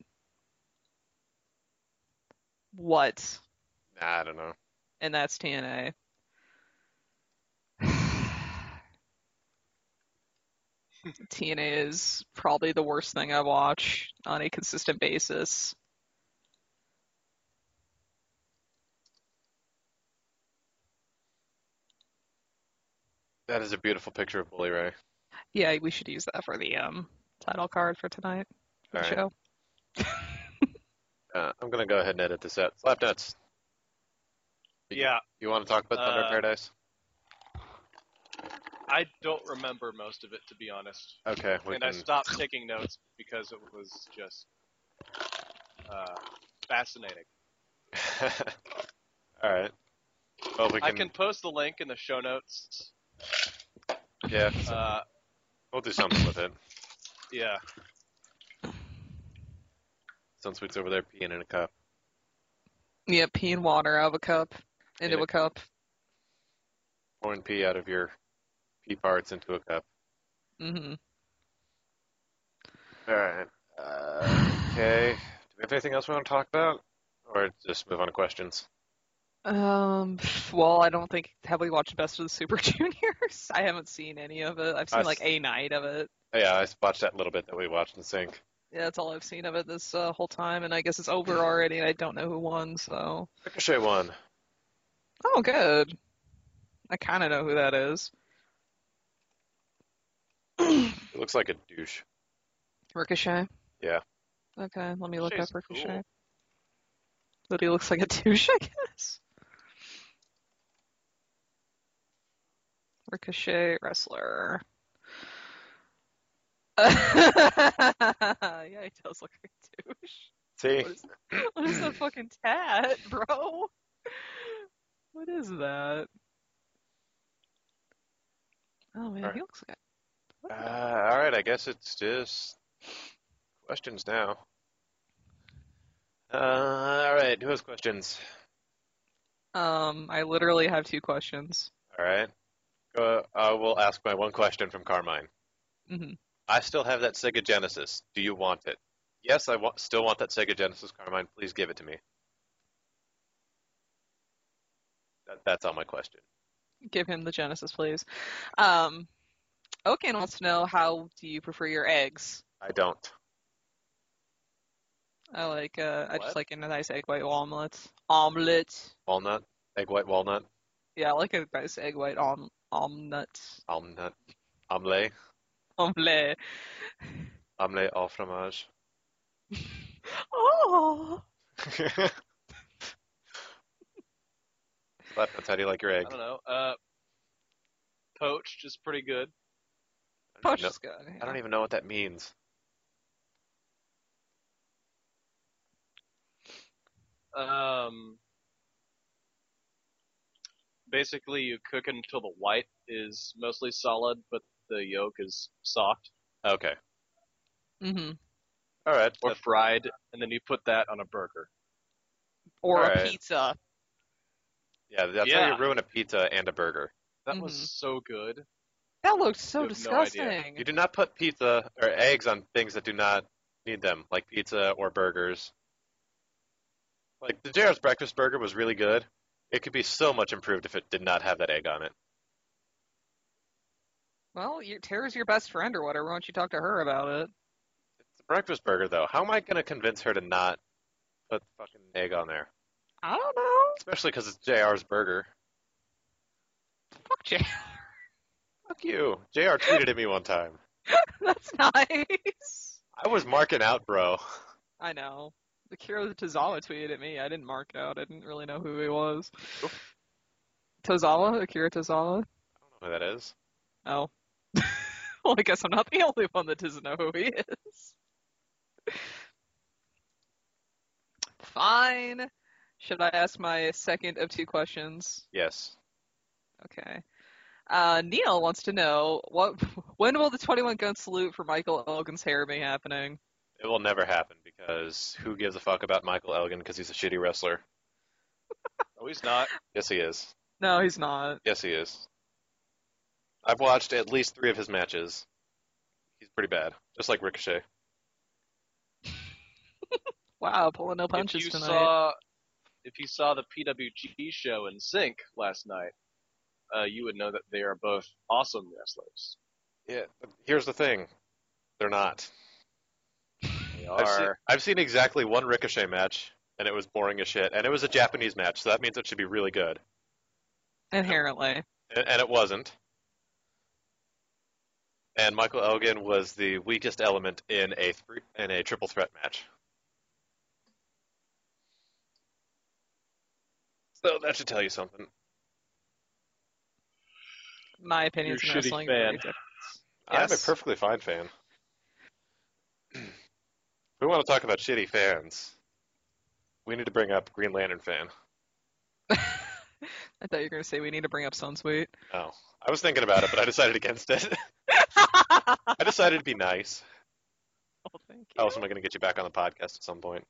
[SPEAKER 5] What?
[SPEAKER 2] Nah, I don't know.
[SPEAKER 5] And that's TNA. TNA is probably the worst thing I watch on a consistent basis.
[SPEAKER 2] That is a beautiful picture of Bully Ray.
[SPEAKER 5] Yeah, we should use that for the um title card for tonight for
[SPEAKER 2] All
[SPEAKER 5] the
[SPEAKER 2] right.
[SPEAKER 5] show.
[SPEAKER 2] Uh, I'm gonna go ahead and edit this out. Slapnuts,
[SPEAKER 6] Yeah,
[SPEAKER 2] you want to talk about Thunder
[SPEAKER 6] Uh,
[SPEAKER 2] Paradise?
[SPEAKER 6] I don't remember most of it to be honest,
[SPEAKER 2] Okay, we
[SPEAKER 6] and I
[SPEAKER 2] can.
[SPEAKER 6] stopped taking notes because it was just uh, fascinating.
[SPEAKER 2] All right. Well, we
[SPEAKER 6] I
[SPEAKER 2] can.
[SPEAKER 6] can post the link in the show notes.
[SPEAKER 2] Yeah,
[SPEAKER 6] Uh,
[SPEAKER 2] we'll do something with it
[SPEAKER 6] yeah,
[SPEAKER 2] since it's over there peeing in a cup.
[SPEAKER 5] Yeah, pee and water out of a cup into
[SPEAKER 2] Yeah.
[SPEAKER 5] a cup.
[SPEAKER 2] Pour and pee out of your pee parts into a cup.
[SPEAKER 5] hmm
[SPEAKER 2] All right. Uh, okay. Do we have anything else we want to talk about, or just move on to questions?
[SPEAKER 5] Um. Well, I don't think have we watched Best of the Super Juniors. I haven't seen any of it. I've seen
[SPEAKER 2] Us.
[SPEAKER 5] like a night of it.
[SPEAKER 2] Oh, Yeah, I watched that little bit that we watched in sync.
[SPEAKER 5] Yeah, that's all I've seen of it this uh, whole time, and I guess it's over already, and I don't know who won, so.
[SPEAKER 2] Ricochet won.
[SPEAKER 5] Oh, good. I kind of know who that is.
[SPEAKER 2] He looks like a douche.
[SPEAKER 5] Ricochet?
[SPEAKER 2] Yeah.
[SPEAKER 5] Okay, let me look
[SPEAKER 6] Ricochet's
[SPEAKER 5] up Ricochet.
[SPEAKER 6] cool.
[SPEAKER 5] But he looks like a douche, I guess. Ricochet wrestler. yeah, he does look like a douche.
[SPEAKER 2] See,
[SPEAKER 5] What is What is that fucking tat, bro? What is that? Oh man,
[SPEAKER 2] Alright.
[SPEAKER 5] he looks like.
[SPEAKER 2] Uh, all right, I guess it's just questions now. Uh, all right, who has questions?
[SPEAKER 5] Um, I literally have two questions.
[SPEAKER 2] All right, go. I will ask my one question from Carmine.
[SPEAKER 5] Mhm.
[SPEAKER 2] I still have that Sega Genesis. Do you want it? Yes, I want, still want that Sega Genesis, Carmine. Please give it to me. That, that's all my question.
[SPEAKER 5] Give him the Genesis, please. Um, Okan wants to know how do you prefer your eggs?
[SPEAKER 2] I don't.
[SPEAKER 5] I like. Uh, I just
[SPEAKER 2] What?
[SPEAKER 5] like a nice egg white omelet. Omelet.
[SPEAKER 2] Walnut, egg white walnut,
[SPEAKER 5] Yeah, I like a nice egg white om omelet.
[SPEAKER 2] omelette, omelette,
[SPEAKER 5] Omelet.
[SPEAKER 2] omelette au fromage.
[SPEAKER 5] Oh.
[SPEAKER 2] Slapnuts, how do you like your
[SPEAKER 6] I
[SPEAKER 2] egg?
[SPEAKER 6] don't know. Uh, poached is pretty good.
[SPEAKER 2] I don't,
[SPEAKER 5] Poached
[SPEAKER 2] even know,
[SPEAKER 5] is good.
[SPEAKER 2] I don't
[SPEAKER 5] yeah.
[SPEAKER 2] even know what that means.
[SPEAKER 6] Um, basically, you cook it until the white is mostly solid, but the yolk is soft
[SPEAKER 2] Okay.
[SPEAKER 5] Mhm.
[SPEAKER 2] All right.
[SPEAKER 6] or fried, and then you put that on a burger.
[SPEAKER 5] Or a
[SPEAKER 2] Alright.
[SPEAKER 5] pizza.
[SPEAKER 2] yeah, that's how
[SPEAKER 6] Yeah.
[SPEAKER 2] you ruin a pizza and a burger.
[SPEAKER 6] That
[SPEAKER 5] Mhm.
[SPEAKER 6] was so good.
[SPEAKER 5] That looks so
[SPEAKER 6] You have no idea.
[SPEAKER 5] disgusting.
[SPEAKER 2] You do not put pizza or eggs on things that do not need them, like pizza or burgers. Like the JR's breakfast burger was really good. It could be so much improved if it did not have that egg on it.
[SPEAKER 5] well, your, Tara's your best friend or whatever. Why don't you talk to her about it?
[SPEAKER 2] It's a breakfast burger, though. How am I going to convince her to not put fucking egg on there?
[SPEAKER 5] I don't know.
[SPEAKER 2] Especially because it's JR's burger.
[SPEAKER 5] Fuck Jay.
[SPEAKER 2] Fuck you. JR tweeted at me one time.
[SPEAKER 5] That's nice.
[SPEAKER 2] I was marking out, bro.
[SPEAKER 5] I know. The Kiro Tozawa tweeted at me. I didn't mark out. I didn't really know who he was. Tozawa? Akira Tozawa?
[SPEAKER 2] I don't know who that is.
[SPEAKER 5] Oh. well, I guess I'm not the only one that doesn't know who he is. Fine. Should I ask my second of two questions?
[SPEAKER 2] Yes.
[SPEAKER 5] Okay. Uh, Neil wants to know what when will the 21 gun salute for Michael Elgin's hair be happening?
[SPEAKER 2] It will never happen because who gives a fuck about Michael Elgin because he's a shitty wrestler?
[SPEAKER 6] No, he's not.
[SPEAKER 2] Yes, he is.
[SPEAKER 5] No, he's not.
[SPEAKER 2] Yes, he is. I've watched at least three of his matches. He's pretty bad, just like Ricochet.
[SPEAKER 5] Wow, pulling no
[SPEAKER 6] if
[SPEAKER 5] punches
[SPEAKER 6] you
[SPEAKER 5] tonight.
[SPEAKER 6] saw, if you saw the PWG show in sync last night, uh, you would know that they are both awesome wrestlers.
[SPEAKER 2] Yeah. Here's the thing, they're not.
[SPEAKER 6] They
[SPEAKER 2] I've seen,
[SPEAKER 6] are.
[SPEAKER 2] I've seen exactly one Ricochet match, and it was boring as shit. And it was a Japanese match, so that means it should be really good.
[SPEAKER 5] Inherently.
[SPEAKER 2] And, and it wasn't. And Michael Elgin was the weakest element in a three, in a triple threat match. So that should tell you something.
[SPEAKER 5] My opinions
[SPEAKER 6] You're
[SPEAKER 5] on
[SPEAKER 6] a shitty
[SPEAKER 5] wrestling are
[SPEAKER 6] fan.
[SPEAKER 5] very different.
[SPEAKER 2] I'm a
[SPEAKER 5] Yes.
[SPEAKER 2] perfectly fine fan. we want to talk about shitty fans. We need to bring up Green Lantern fan.
[SPEAKER 5] I thought you were going to say we need to bring up Sunsweet.
[SPEAKER 2] Oh, I was thinking about it, but I decided against it.
[SPEAKER 5] oh,
[SPEAKER 2] I decided to be nice.
[SPEAKER 5] thank you.
[SPEAKER 2] How else am I going to get you back on the podcast at some point?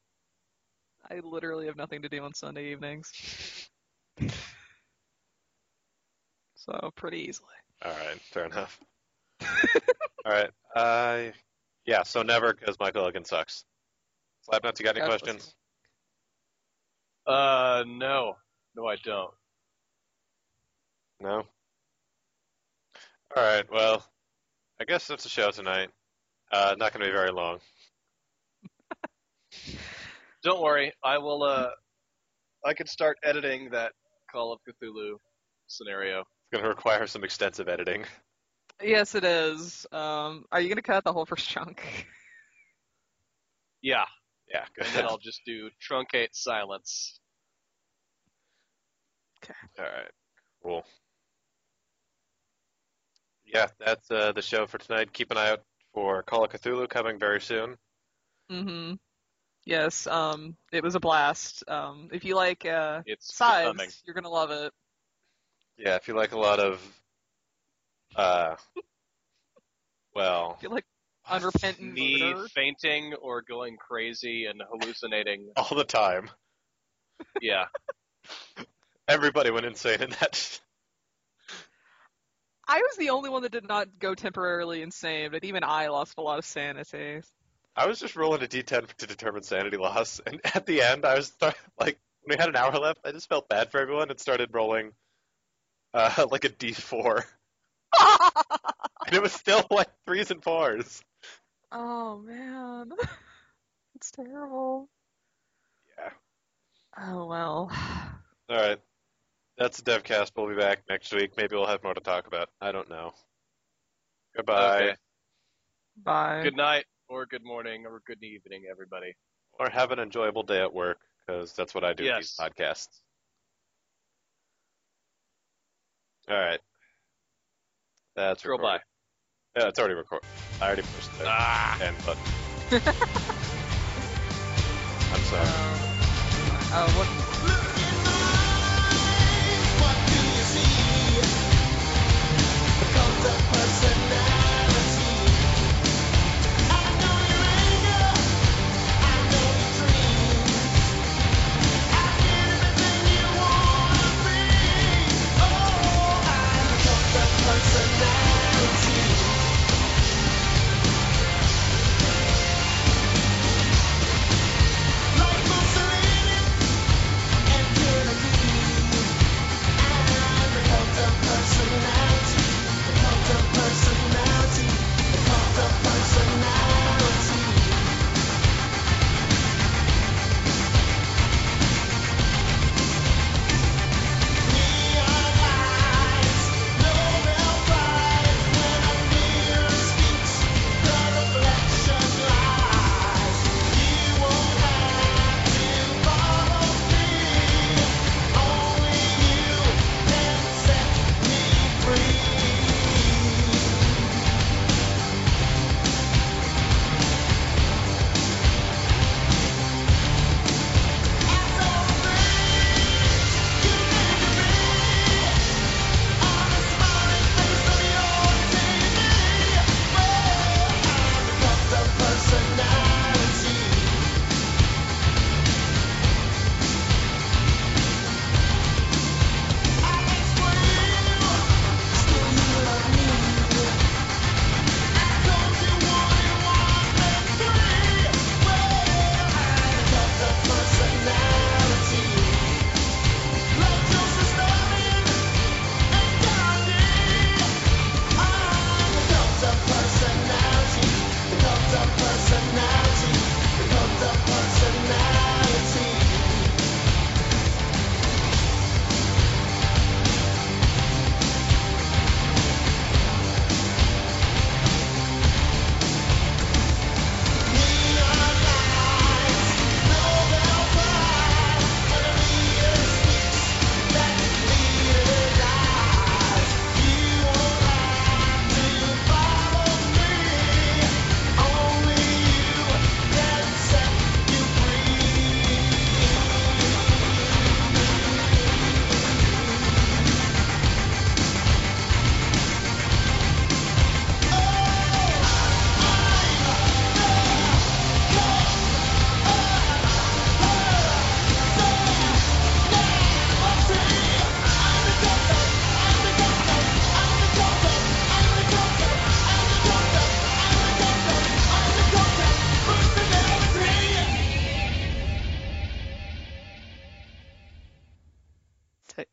[SPEAKER 5] I literally have nothing to do on Sunday evenings. so, pretty easily.
[SPEAKER 2] All right, fair enough. All right. Uh, yeah, so never because Michael Elgin sucks. Slapnuts, you got any
[SPEAKER 5] God bless
[SPEAKER 2] questions?
[SPEAKER 6] Uh, no, no, I don't.
[SPEAKER 2] No? All right, well, I guess that's the show tonight. Uh, not going to be very long.
[SPEAKER 6] Don't worry, I will. Uh, I can start editing that Call of Cthulhu scenario.
[SPEAKER 2] It's going to require some extensive editing.
[SPEAKER 5] Yes, it is. Um, are you going to cut the whole first chunk?
[SPEAKER 6] Yeah,
[SPEAKER 2] Yeah, good.
[SPEAKER 6] and then I'll
[SPEAKER 2] All
[SPEAKER 6] just do truncate silence.
[SPEAKER 2] right, cool. Yeah, that's uh, the show for tonight. Keep an eye out for Call of Cthulhu coming very soon.
[SPEAKER 5] hmm Yes, um, it was a blast. Um, if you like uh,
[SPEAKER 6] It's
[SPEAKER 5] size,
[SPEAKER 6] coming.
[SPEAKER 5] you're going to love it.
[SPEAKER 2] Yeah, if you like a lot of, uh, well,
[SPEAKER 5] If you like unrepentant
[SPEAKER 6] Me
[SPEAKER 5] murder,
[SPEAKER 6] fainting or going crazy and hallucinating.
[SPEAKER 2] all the time.
[SPEAKER 6] yeah,
[SPEAKER 2] Everybody went insane in that.
[SPEAKER 5] I was the only one that did not go temporarily insane, but even I lost a lot of sanity.
[SPEAKER 2] I was just rolling a d10 to determine sanity loss, and at the end, I was th- like, when we had an hour left, I just felt bad for everyone and started rolling, uh, like a d4, and it was still like threes and fours.
[SPEAKER 5] oh man, it's terrible.
[SPEAKER 2] Yeah.
[SPEAKER 5] Oh well.
[SPEAKER 2] All right, that's the DevCast. We'll be back next week. Maybe we'll have more to talk about. I don't know. Goodbye,
[SPEAKER 6] Okay.
[SPEAKER 5] Bye.
[SPEAKER 6] Good night, or good morning, or good evening, everybody.
[SPEAKER 2] or have an enjoyable day at work because that's what I do
[SPEAKER 6] Yes.
[SPEAKER 2] with these podcasts. All right, that's
[SPEAKER 6] Girl,
[SPEAKER 2] recorded.
[SPEAKER 6] bye.
[SPEAKER 2] Yeah, it's already recorded. I already pushed the
[SPEAKER 6] Ah.
[SPEAKER 2] end button. I'm sorry.
[SPEAKER 5] Uh, uh, what?
[SPEAKER 3] Like Mussolini and Kennedy.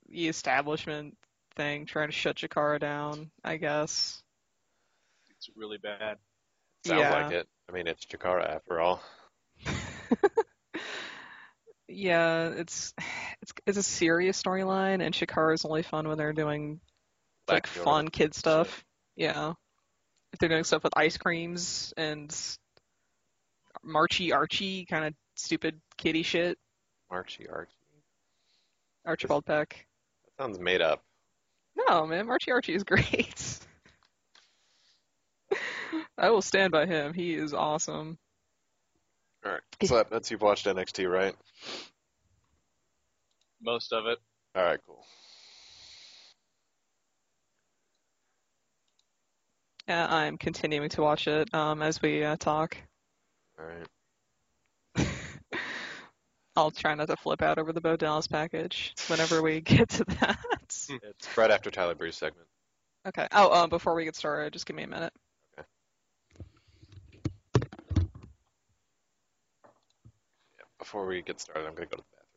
[SPEAKER 5] the establishment thing trying to shut Jakara down, I guess.
[SPEAKER 6] It's really bad.
[SPEAKER 2] Sounds
[SPEAKER 5] yeah.
[SPEAKER 2] like it. I mean, it's Jakara after all.
[SPEAKER 5] Yeah, it's it's it's a serious storyline and Shikara is only fun when they're doing like
[SPEAKER 2] Backdoor.
[SPEAKER 5] fun kid stuff. Yeah. If they're doing stuff with ice creams and Marchy Archie kind of stupid kitty shit.
[SPEAKER 2] Archie, Archie.
[SPEAKER 5] Archibald Peck.
[SPEAKER 2] That sounds made up.
[SPEAKER 5] No, man, Marchy Archie is great. I will stand by him. He is awesome.
[SPEAKER 2] All right. Slap nuts. You've watched NXT, right?
[SPEAKER 6] Most of it.
[SPEAKER 2] All right, cool.
[SPEAKER 5] Yeah, Uh, I'm continuing to watch it um, as we uh, talk.
[SPEAKER 2] All right.
[SPEAKER 5] I'll try not to flip out over the Bo Dallas package whenever we get to that.
[SPEAKER 6] Hmm.
[SPEAKER 2] It's right after Tyler Breeze segment.
[SPEAKER 5] okay. Oh, um, before we get started, just give me a minute.
[SPEAKER 2] Before we get started, I'm gonna go to the bathroom.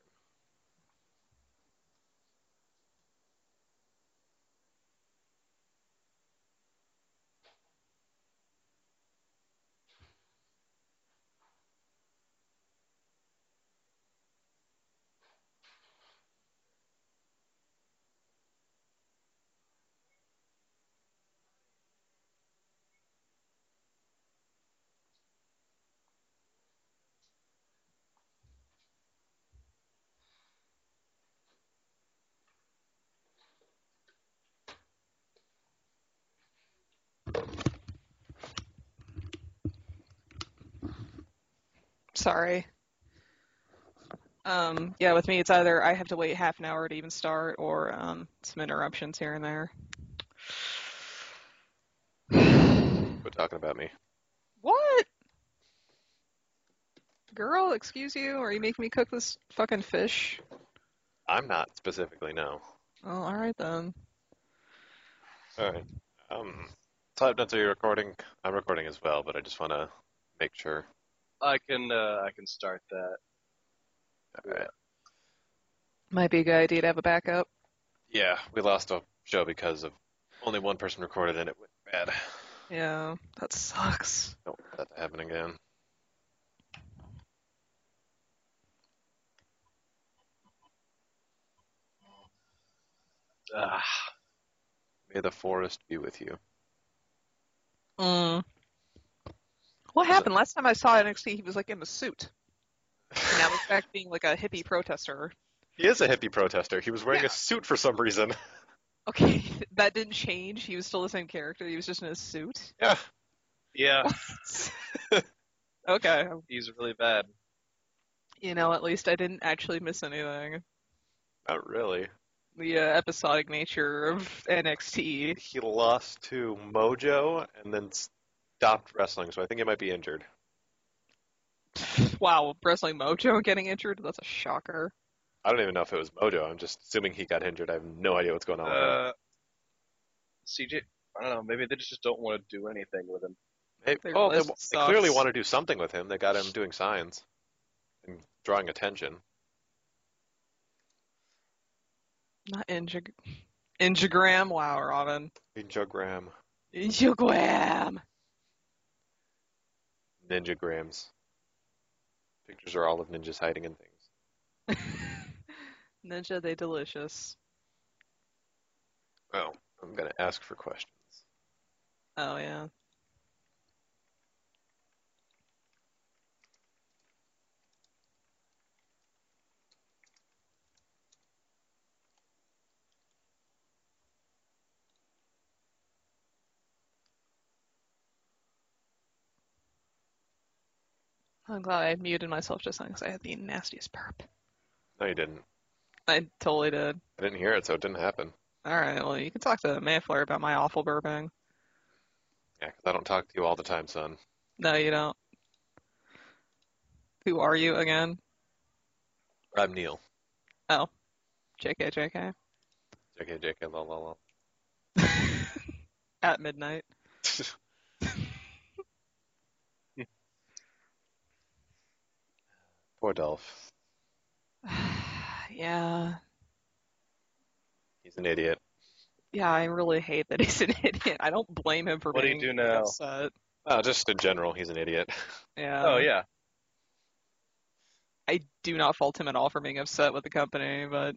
[SPEAKER 5] Sorry. Um, yeah, with me, it's either I have to wait half an hour to even start, or um, some interruptions here and there.
[SPEAKER 2] Quit talking about me.
[SPEAKER 5] What? Girl, excuse you? Are you making me cook this fucking fish?
[SPEAKER 2] I'm not specifically. No.
[SPEAKER 5] Oh, alright then.
[SPEAKER 2] All right. Um, Slap nuts. Are you recording? I'm recording as well, but I just want to make sure.
[SPEAKER 6] I can uh, I can start that.
[SPEAKER 2] All right.
[SPEAKER 5] Might be a good idea to have a backup.
[SPEAKER 2] Yeah, we lost a show because of only one person recorded and it went bad.
[SPEAKER 5] Yeah, that sucks.
[SPEAKER 2] Don't want that to happen again.
[SPEAKER 6] Ah,
[SPEAKER 2] May the forest be with you.
[SPEAKER 5] Mm. What happened? Last time I saw NXT, he was like in a suit. And now he's back being like a hippie protester.
[SPEAKER 2] He is a hippie protester. He was wearing
[SPEAKER 5] Yeah.
[SPEAKER 2] a suit for some reason.
[SPEAKER 5] Okay, that didn't change. He was still the same character. He was just in a suit.
[SPEAKER 2] Yeah.
[SPEAKER 6] yeah,
[SPEAKER 5] okay.
[SPEAKER 6] he's really bad.
[SPEAKER 5] You know, at least I didn't actually miss anything.
[SPEAKER 2] Not really.
[SPEAKER 5] The uh, episodic nature of NXT.
[SPEAKER 2] He lost to Mojo and then stopped wrestling, so I think he might be injured.
[SPEAKER 5] Wow, Wrestling Mojo getting injured? That's a shocker.
[SPEAKER 2] I don't even know if it was Mojo. I'm just assuming he got injured. I have no idea what's going on. with him.
[SPEAKER 6] Uh, CJ, I don't know. Maybe they just don't want to do anything with him.
[SPEAKER 2] Hey,
[SPEAKER 5] their
[SPEAKER 2] well, they,
[SPEAKER 5] list
[SPEAKER 2] wa- they
[SPEAKER 5] sucks.
[SPEAKER 2] clearly want to do something with him. They got him doing signs and drawing attention.
[SPEAKER 5] Not Injig- Injigram. Wow, Robin.
[SPEAKER 2] Ninjagram.
[SPEAKER 5] Injigram.
[SPEAKER 2] Ninjagrams. Pictures are all of ninjas hiding in things.
[SPEAKER 5] Ninja, they delicious.
[SPEAKER 2] Oh, I'm gonna ask for questions.
[SPEAKER 5] Oh yeah. I'm glad I muted myself just now because I had the nastiest burp.
[SPEAKER 2] No, you didn't.
[SPEAKER 5] I totally did.
[SPEAKER 2] I didn't hear it, so it didn't happen.
[SPEAKER 5] All right, well, you can talk to Mayflower about my awful burping.
[SPEAKER 2] Yeah, 'cause I don't talk to you all the time, son.
[SPEAKER 5] No, you don't. Who are you again? Oh,
[SPEAKER 2] I'm Neil.
[SPEAKER 5] JK, JK.
[SPEAKER 2] JK, JK, lol, lol, lol.
[SPEAKER 5] At midnight.
[SPEAKER 2] Poor Dolph.
[SPEAKER 5] yeah.
[SPEAKER 2] He's an idiot.
[SPEAKER 5] Yeah, I really hate that he's an idiot. I don't blame him for
[SPEAKER 6] What do you
[SPEAKER 5] being
[SPEAKER 6] do now?
[SPEAKER 5] upset.
[SPEAKER 2] No, just in general, he's an idiot.
[SPEAKER 5] Yeah.
[SPEAKER 6] Oh yeah.
[SPEAKER 5] I do not fault him at all for being upset with the company, but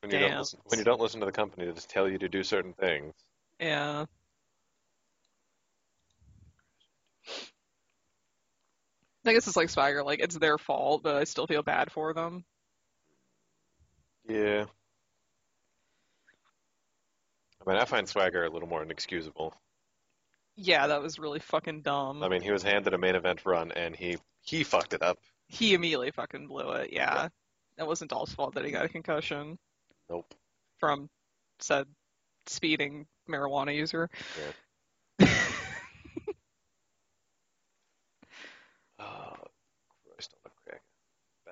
[SPEAKER 2] When you, don't
[SPEAKER 5] Damn.
[SPEAKER 2] listen, when you don't listen to the company, they just tell you to do certain things.
[SPEAKER 5] yeah. I guess it's like Swagger, like it's their fault, but I still feel bad for them.
[SPEAKER 2] Yeah. I mean, I find Swagger a little more inexcusable.
[SPEAKER 5] Yeah, that was really fucking dumb.
[SPEAKER 2] I mean, he was handed a main event run, and he he fucked it up.
[SPEAKER 5] he immediately fucking blew it. Yeah, that wasn't Dolph's fault that he got a concussion
[SPEAKER 2] Nope.
[SPEAKER 5] from said speeding marijuana user.
[SPEAKER 2] Oh, Christ on a crack.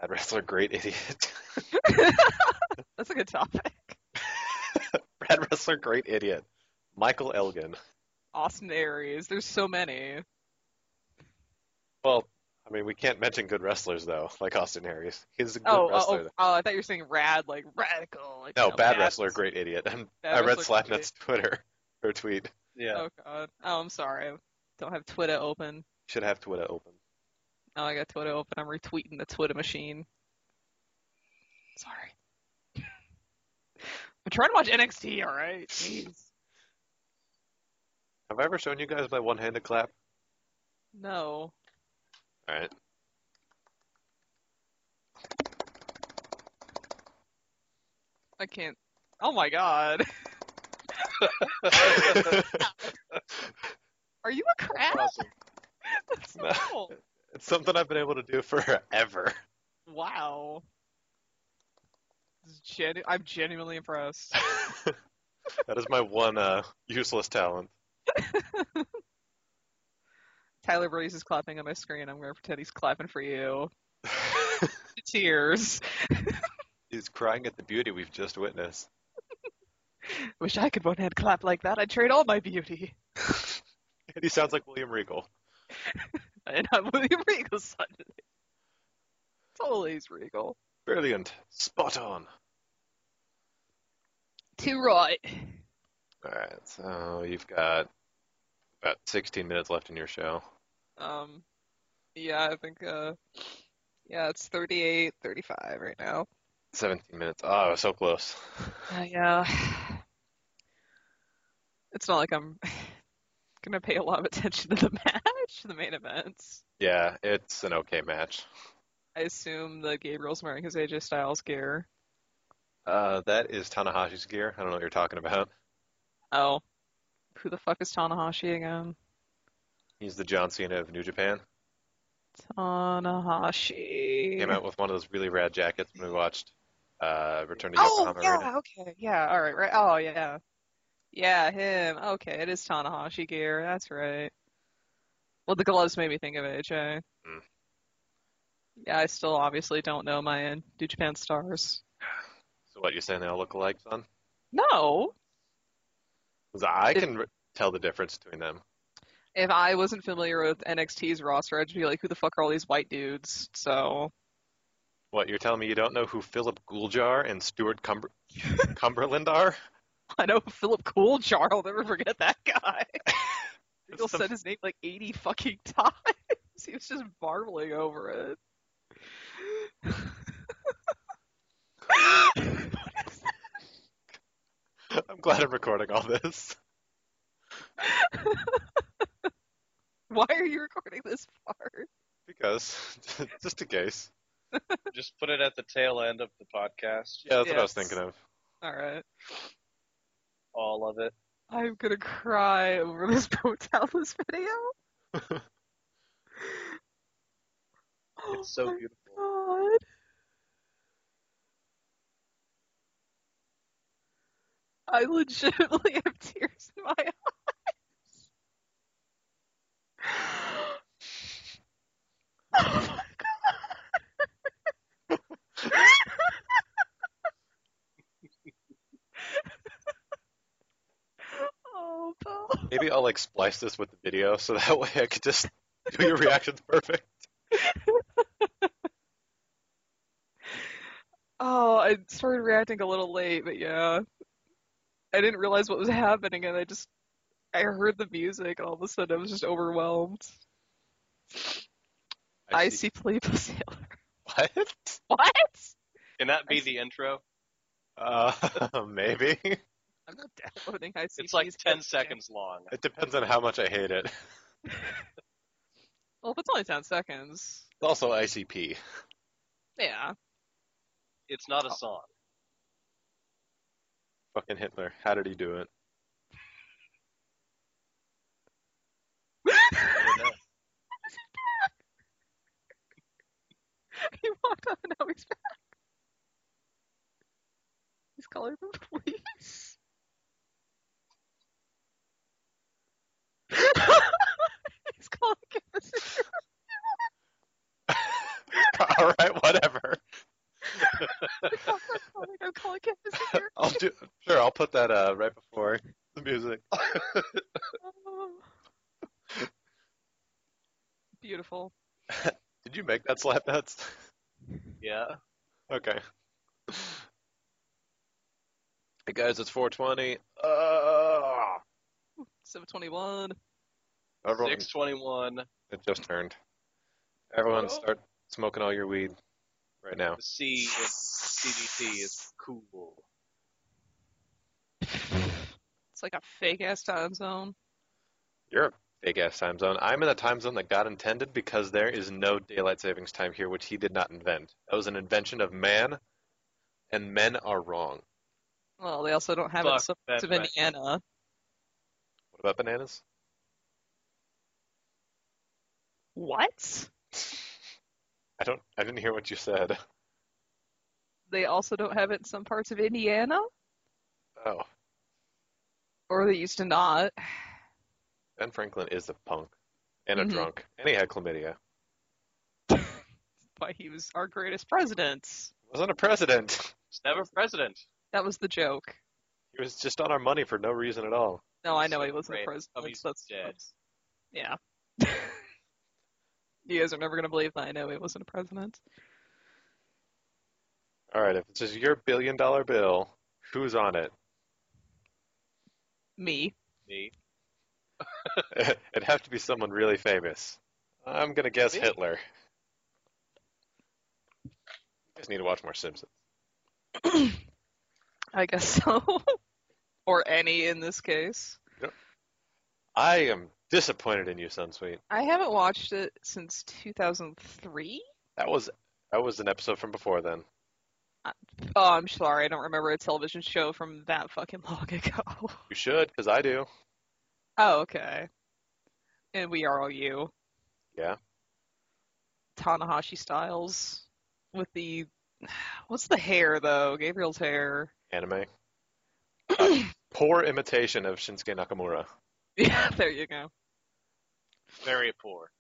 [SPEAKER 2] Bad wrestler, great idiot.
[SPEAKER 5] That's a good topic.
[SPEAKER 2] Bad wrestler, great idiot. Michael Elgin.
[SPEAKER 5] Austin Aries. There's so many.
[SPEAKER 2] Well, I mean, we can't mention good wrestlers though, like Austin Harris. He's a good
[SPEAKER 5] Oh, oh,
[SPEAKER 2] wrestler.
[SPEAKER 5] oh, oh, I thought you were saying rad, like radical. Like,
[SPEAKER 2] No,
[SPEAKER 5] you know,
[SPEAKER 2] bad wrestler, great idiot. And
[SPEAKER 5] Bad
[SPEAKER 2] I read
[SPEAKER 5] wrestler, great
[SPEAKER 2] Slapnut's Twitter or tweet.
[SPEAKER 6] Yeah.
[SPEAKER 5] Oh god. Oh, I'm sorry. I don't have Twitter open.
[SPEAKER 2] Should have Twitter open.
[SPEAKER 5] Oh, I got Twitter open. I'm retweeting the Twitter machine. Sorry. I'm trying to watch NXT. All right. Jeez.
[SPEAKER 2] Have I ever shown you guys my one-handed clap?
[SPEAKER 5] No.
[SPEAKER 2] All right.
[SPEAKER 5] I can't. Oh my god. Are you a crab?
[SPEAKER 6] Awesome.
[SPEAKER 5] That's so
[SPEAKER 2] No.
[SPEAKER 5] cool.
[SPEAKER 2] it's something I've been able to do forever.
[SPEAKER 5] Wow. This is genu- I'm genuinely impressed.
[SPEAKER 2] that is my one uh, useless talent.
[SPEAKER 5] Tyler Breeze is clapping on my screen. I'm going to pretend he's clapping for you. Tears.
[SPEAKER 2] He's crying at the beauty we've just witnessed.
[SPEAKER 5] Wish I could one hand clap like that. I'd trade all my beauty.
[SPEAKER 2] He sounds like William Regal.
[SPEAKER 5] And I'm William Regal suddenly. Totally is Regal.
[SPEAKER 2] Brilliant. Spot on.
[SPEAKER 5] Too right.
[SPEAKER 2] All right, so you've got about 16 minutes left in your show.
[SPEAKER 5] Um, yeah, I think, uh, yeah, it's 38, 35 right now.
[SPEAKER 2] 17 minutes. Oh, so close.
[SPEAKER 5] Uh, yeah. It's not like I'm gonna pay a lot of attention to the match, the main events.
[SPEAKER 2] Yeah, it's an okay match.
[SPEAKER 5] I assume that Gabriel's wearing his AJ Styles gear.
[SPEAKER 2] Uh, that is Tanahashi's gear. I don't know what you're talking about.
[SPEAKER 5] Oh. Who the fuck is Tanahashi again?
[SPEAKER 2] He's the John Cena of New Japan.
[SPEAKER 5] Tanahashi.
[SPEAKER 2] Came out with one of those really rad jackets when we watched uh, Return to
[SPEAKER 5] oh,
[SPEAKER 2] Yokohama Arena.
[SPEAKER 5] yeah, okay. Yeah, alright, right. Oh, yeah. Yeah, him. Okay, it is Tanahashi gear. That's right. Well, the gloves made me think of AJ.
[SPEAKER 2] Mm.
[SPEAKER 5] Yeah, I still obviously don't know my uh, New Japan stars.
[SPEAKER 2] So what, you're saying they all look alike, son?
[SPEAKER 5] No.
[SPEAKER 2] 'Cause I can re- tell the difference between them.
[SPEAKER 5] If I wasn't familiar with NXT's roster, I'd be like, who the fuck are all these white dudes? So,
[SPEAKER 2] What, you're telling me you don't know who Philip Gouljar and Stuart Cumber- Cumberland are?
[SPEAKER 5] I know Philip Cooljar, I'll never forget that guy. People
[SPEAKER 2] It's the-
[SPEAKER 5] said his name like 80 fucking times. He was just marveling over it.
[SPEAKER 2] I'm glad I'm recording all this.
[SPEAKER 5] Why are you recording this part?
[SPEAKER 2] Because, just in case.
[SPEAKER 6] Just put it at the tail end of the podcast.
[SPEAKER 2] Yeah, that's what I was
[SPEAKER 5] Yes.
[SPEAKER 2] thinking of.
[SPEAKER 5] Alright.
[SPEAKER 6] All of it.
[SPEAKER 5] I'm gonna cry over this Brotalus video.
[SPEAKER 6] It's so
[SPEAKER 5] my
[SPEAKER 6] beautiful.
[SPEAKER 5] God. I legitimately have tears in my eyes. Oh my God. oh, Bo.
[SPEAKER 2] Maybe I'll like splice this with the video so that way I could just do your reactions perfect.
[SPEAKER 5] Oh, I started reacting a little late, but yeah. I didn't realize what was happening, and I just I heard the music, and all of a sudden I was just overwhelmed. I see Filippo Sailor.
[SPEAKER 2] What?
[SPEAKER 5] What?
[SPEAKER 6] Can that be
[SPEAKER 5] I
[SPEAKER 6] the intro?
[SPEAKER 2] Uh, maybe. It
[SPEAKER 5] I'm not downloading. I see.
[SPEAKER 6] It's like
[SPEAKER 5] Please Sailor.
[SPEAKER 6] ten seconds long.
[SPEAKER 2] depends on how much I hate it.
[SPEAKER 5] Well, if it's only ten seconds,
[SPEAKER 2] It's also ICP.
[SPEAKER 5] yeah.
[SPEAKER 6] It's not a song.
[SPEAKER 2] Fucking Hitler. How did he do it?
[SPEAKER 5] he walked up and now he's back. He's calling the police. he's calling us.
[SPEAKER 2] All right, whatever.
[SPEAKER 5] I'm calling, I'm calling Candace here.
[SPEAKER 2] I'll do. Sure, I'll put that uh, right before the music.
[SPEAKER 5] Beautiful.
[SPEAKER 2] Did you make that slap nuts?
[SPEAKER 6] Yeah.
[SPEAKER 2] Okay. Hey guys, it's 420. Uh,
[SPEAKER 5] 721.
[SPEAKER 2] everyone,
[SPEAKER 6] Six twenty one.
[SPEAKER 2] it just turned. Everyone,
[SPEAKER 6] Oh.
[SPEAKER 2] start smoking all your weed right now.
[SPEAKER 6] The C in CDT is cool.
[SPEAKER 5] It's like a fake ass time zone.
[SPEAKER 2] You're a big ass time zone. I'm in a time zone that God intended because there is no daylight savings time here, which He did not invent. That was an invention of man, and men are wrong.
[SPEAKER 5] Well, they also don't have it in
[SPEAKER 6] Fuck
[SPEAKER 5] some
[SPEAKER 6] that
[SPEAKER 5] parts of Indiana.
[SPEAKER 2] What about bananas?
[SPEAKER 5] What?
[SPEAKER 2] I don't. I didn't hear what you said.
[SPEAKER 5] They also don't have it in some parts of Indiana?
[SPEAKER 2] Oh,
[SPEAKER 5] Or they used to not.
[SPEAKER 2] Ben Franklin is a punk and a
[SPEAKER 5] Mhm.
[SPEAKER 2] drunk, and he had chlamydia.
[SPEAKER 5] Why he was our greatest president.
[SPEAKER 2] Wasn't a president.
[SPEAKER 6] It's never president.
[SPEAKER 5] That was the joke.
[SPEAKER 2] He was just on our money for no reason at all.
[SPEAKER 5] No, I
[SPEAKER 6] He's
[SPEAKER 5] know
[SPEAKER 6] so
[SPEAKER 5] he wasn't
[SPEAKER 6] great.
[SPEAKER 5] a
[SPEAKER 6] Oh,
[SPEAKER 5] president.
[SPEAKER 6] he's
[SPEAKER 5] that's,
[SPEAKER 6] dead.
[SPEAKER 5] that's- yeah. you guys are never gonna believe that I know he wasn't a president.
[SPEAKER 2] All right, if it's just your billion dollar bill, who's on it?
[SPEAKER 5] Me.
[SPEAKER 6] Me.
[SPEAKER 2] It'd have to be someone really famous. I'm gonna guess
[SPEAKER 6] Really?
[SPEAKER 2] Hitler. You guys need to watch more Simpsons.
[SPEAKER 5] I guess so. or any in this case.
[SPEAKER 2] I am disappointed in you, Sunsweet.
[SPEAKER 5] I haven't watched it since 2003.
[SPEAKER 2] That was that was an episode from before then.
[SPEAKER 5] Oh, I'm sorry. I don't remember a television show from that fucking long ago.
[SPEAKER 2] You should, because I do.
[SPEAKER 5] Oh, okay. And we are all you.
[SPEAKER 2] Yeah.
[SPEAKER 5] Tanahashi Styles with the what's the hair though? Gabriel's hair.
[SPEAKER 2] Anime. Uh, Poor imitation of Shinsuke Nakamura.
[SPEAKER 5] Yeah, there you go.
[SPEAKER 6] Very poor.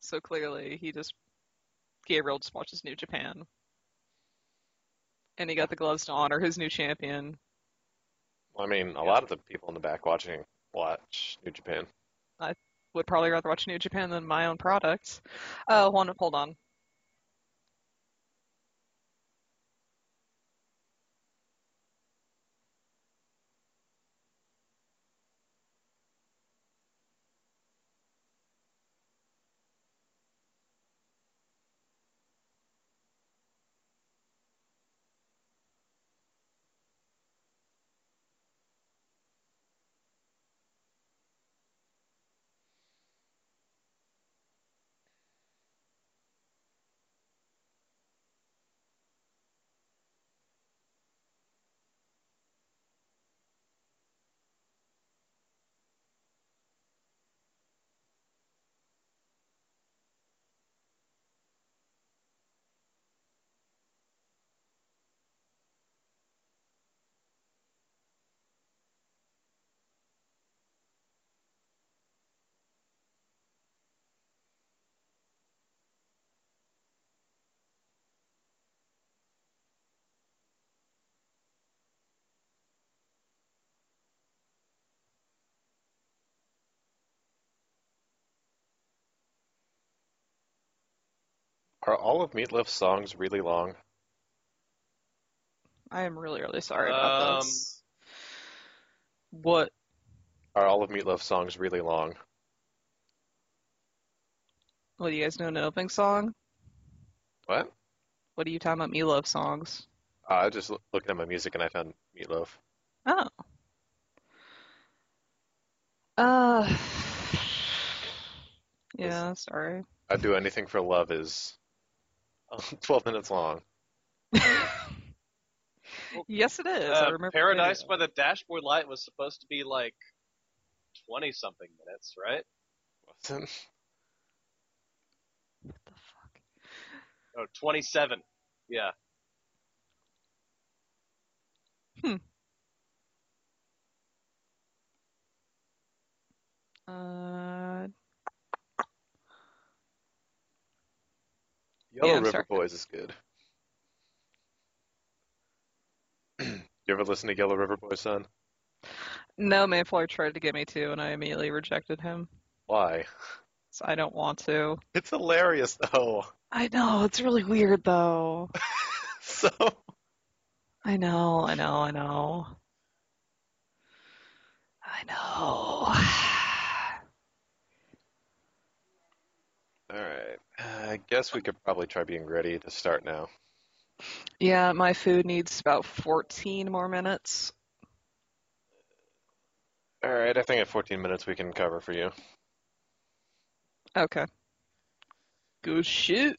[SPEAKER 5] So clearly he just Gabriel just watches New Japan. And he got the gloves to honor his new champion.
[SPEAKER 2] I mean, a lot of the people in the back watching watch New Japan.
[SPEAKER 5] Would probably rather watch New Japan than my own products. Uh, one, hold on.
[SPEAKER 2] Are all of Meatloaf's songs really long?
[SPEAKER 5] I am really, really sorry about
[SPEAKER 6] Um,
[SPEAKER 5] this. What?
[SPEAKER 2] Are all of Meatloaf's songs really long?
[SPEAKER 5] What do you guys know? An opening song?
[SPEAKER 2] What?
[SPEAKER 5] What are you talking about? Me love songs.
[SPEAKER 2] Uh, I just l- looked at my music and I found Meatloaf.
[SPEAKER 5] Oh. Uh. Yeah, sorry.
[SPEAKER 2] I'd do anything for love is uh, 12 minutes long.
[SPEAKER 5] yes, it is. I
[SPEAKER 6] Uh,
[SPEAKER 5] remember. the
[SPEAKER 6] Paradise
[SPEAKER 5] video.
[SPEAKER 6] by the Dashboard Light was supposed to be like twenty something minutes, right?
[SPEAKER 5] What the fuck?
[SPEAKER 6] Oh, 27. Yeah.
[SPEAKER 5] Uh,
[SPEAKER 2] Yellow
[SPEAKER 5] Yeah, I'm
[SPEAKER 2] River
[SPEAKER 5] sorry.
[SPEAKER 2] Boys is good. you ever listen to Yellow River Boys, son?
[SPEAKER 5] no, Manflower tried to get me to, and I immediately rejected him.
[SPEAKER 2] Why?
[SPEAKER 5] So I don't want to.
[SPEAKER 2] It's hilarious, though.
[SPEAKER 5] I know it's really weird, though.
[SPEAKER 2] so,
[SPEAKER 5] I know, I know, I know. I know.
[SPEAKER 2] alright. I guess we could probably try being ready to start now.
[SPEAKER 5] Yeah, my food needs about 14 more minutes.
[SPEAKER 2] Alright, I think at 14 minutes we can cover for you.
[SPEAKER 5] Okay. Go shoot.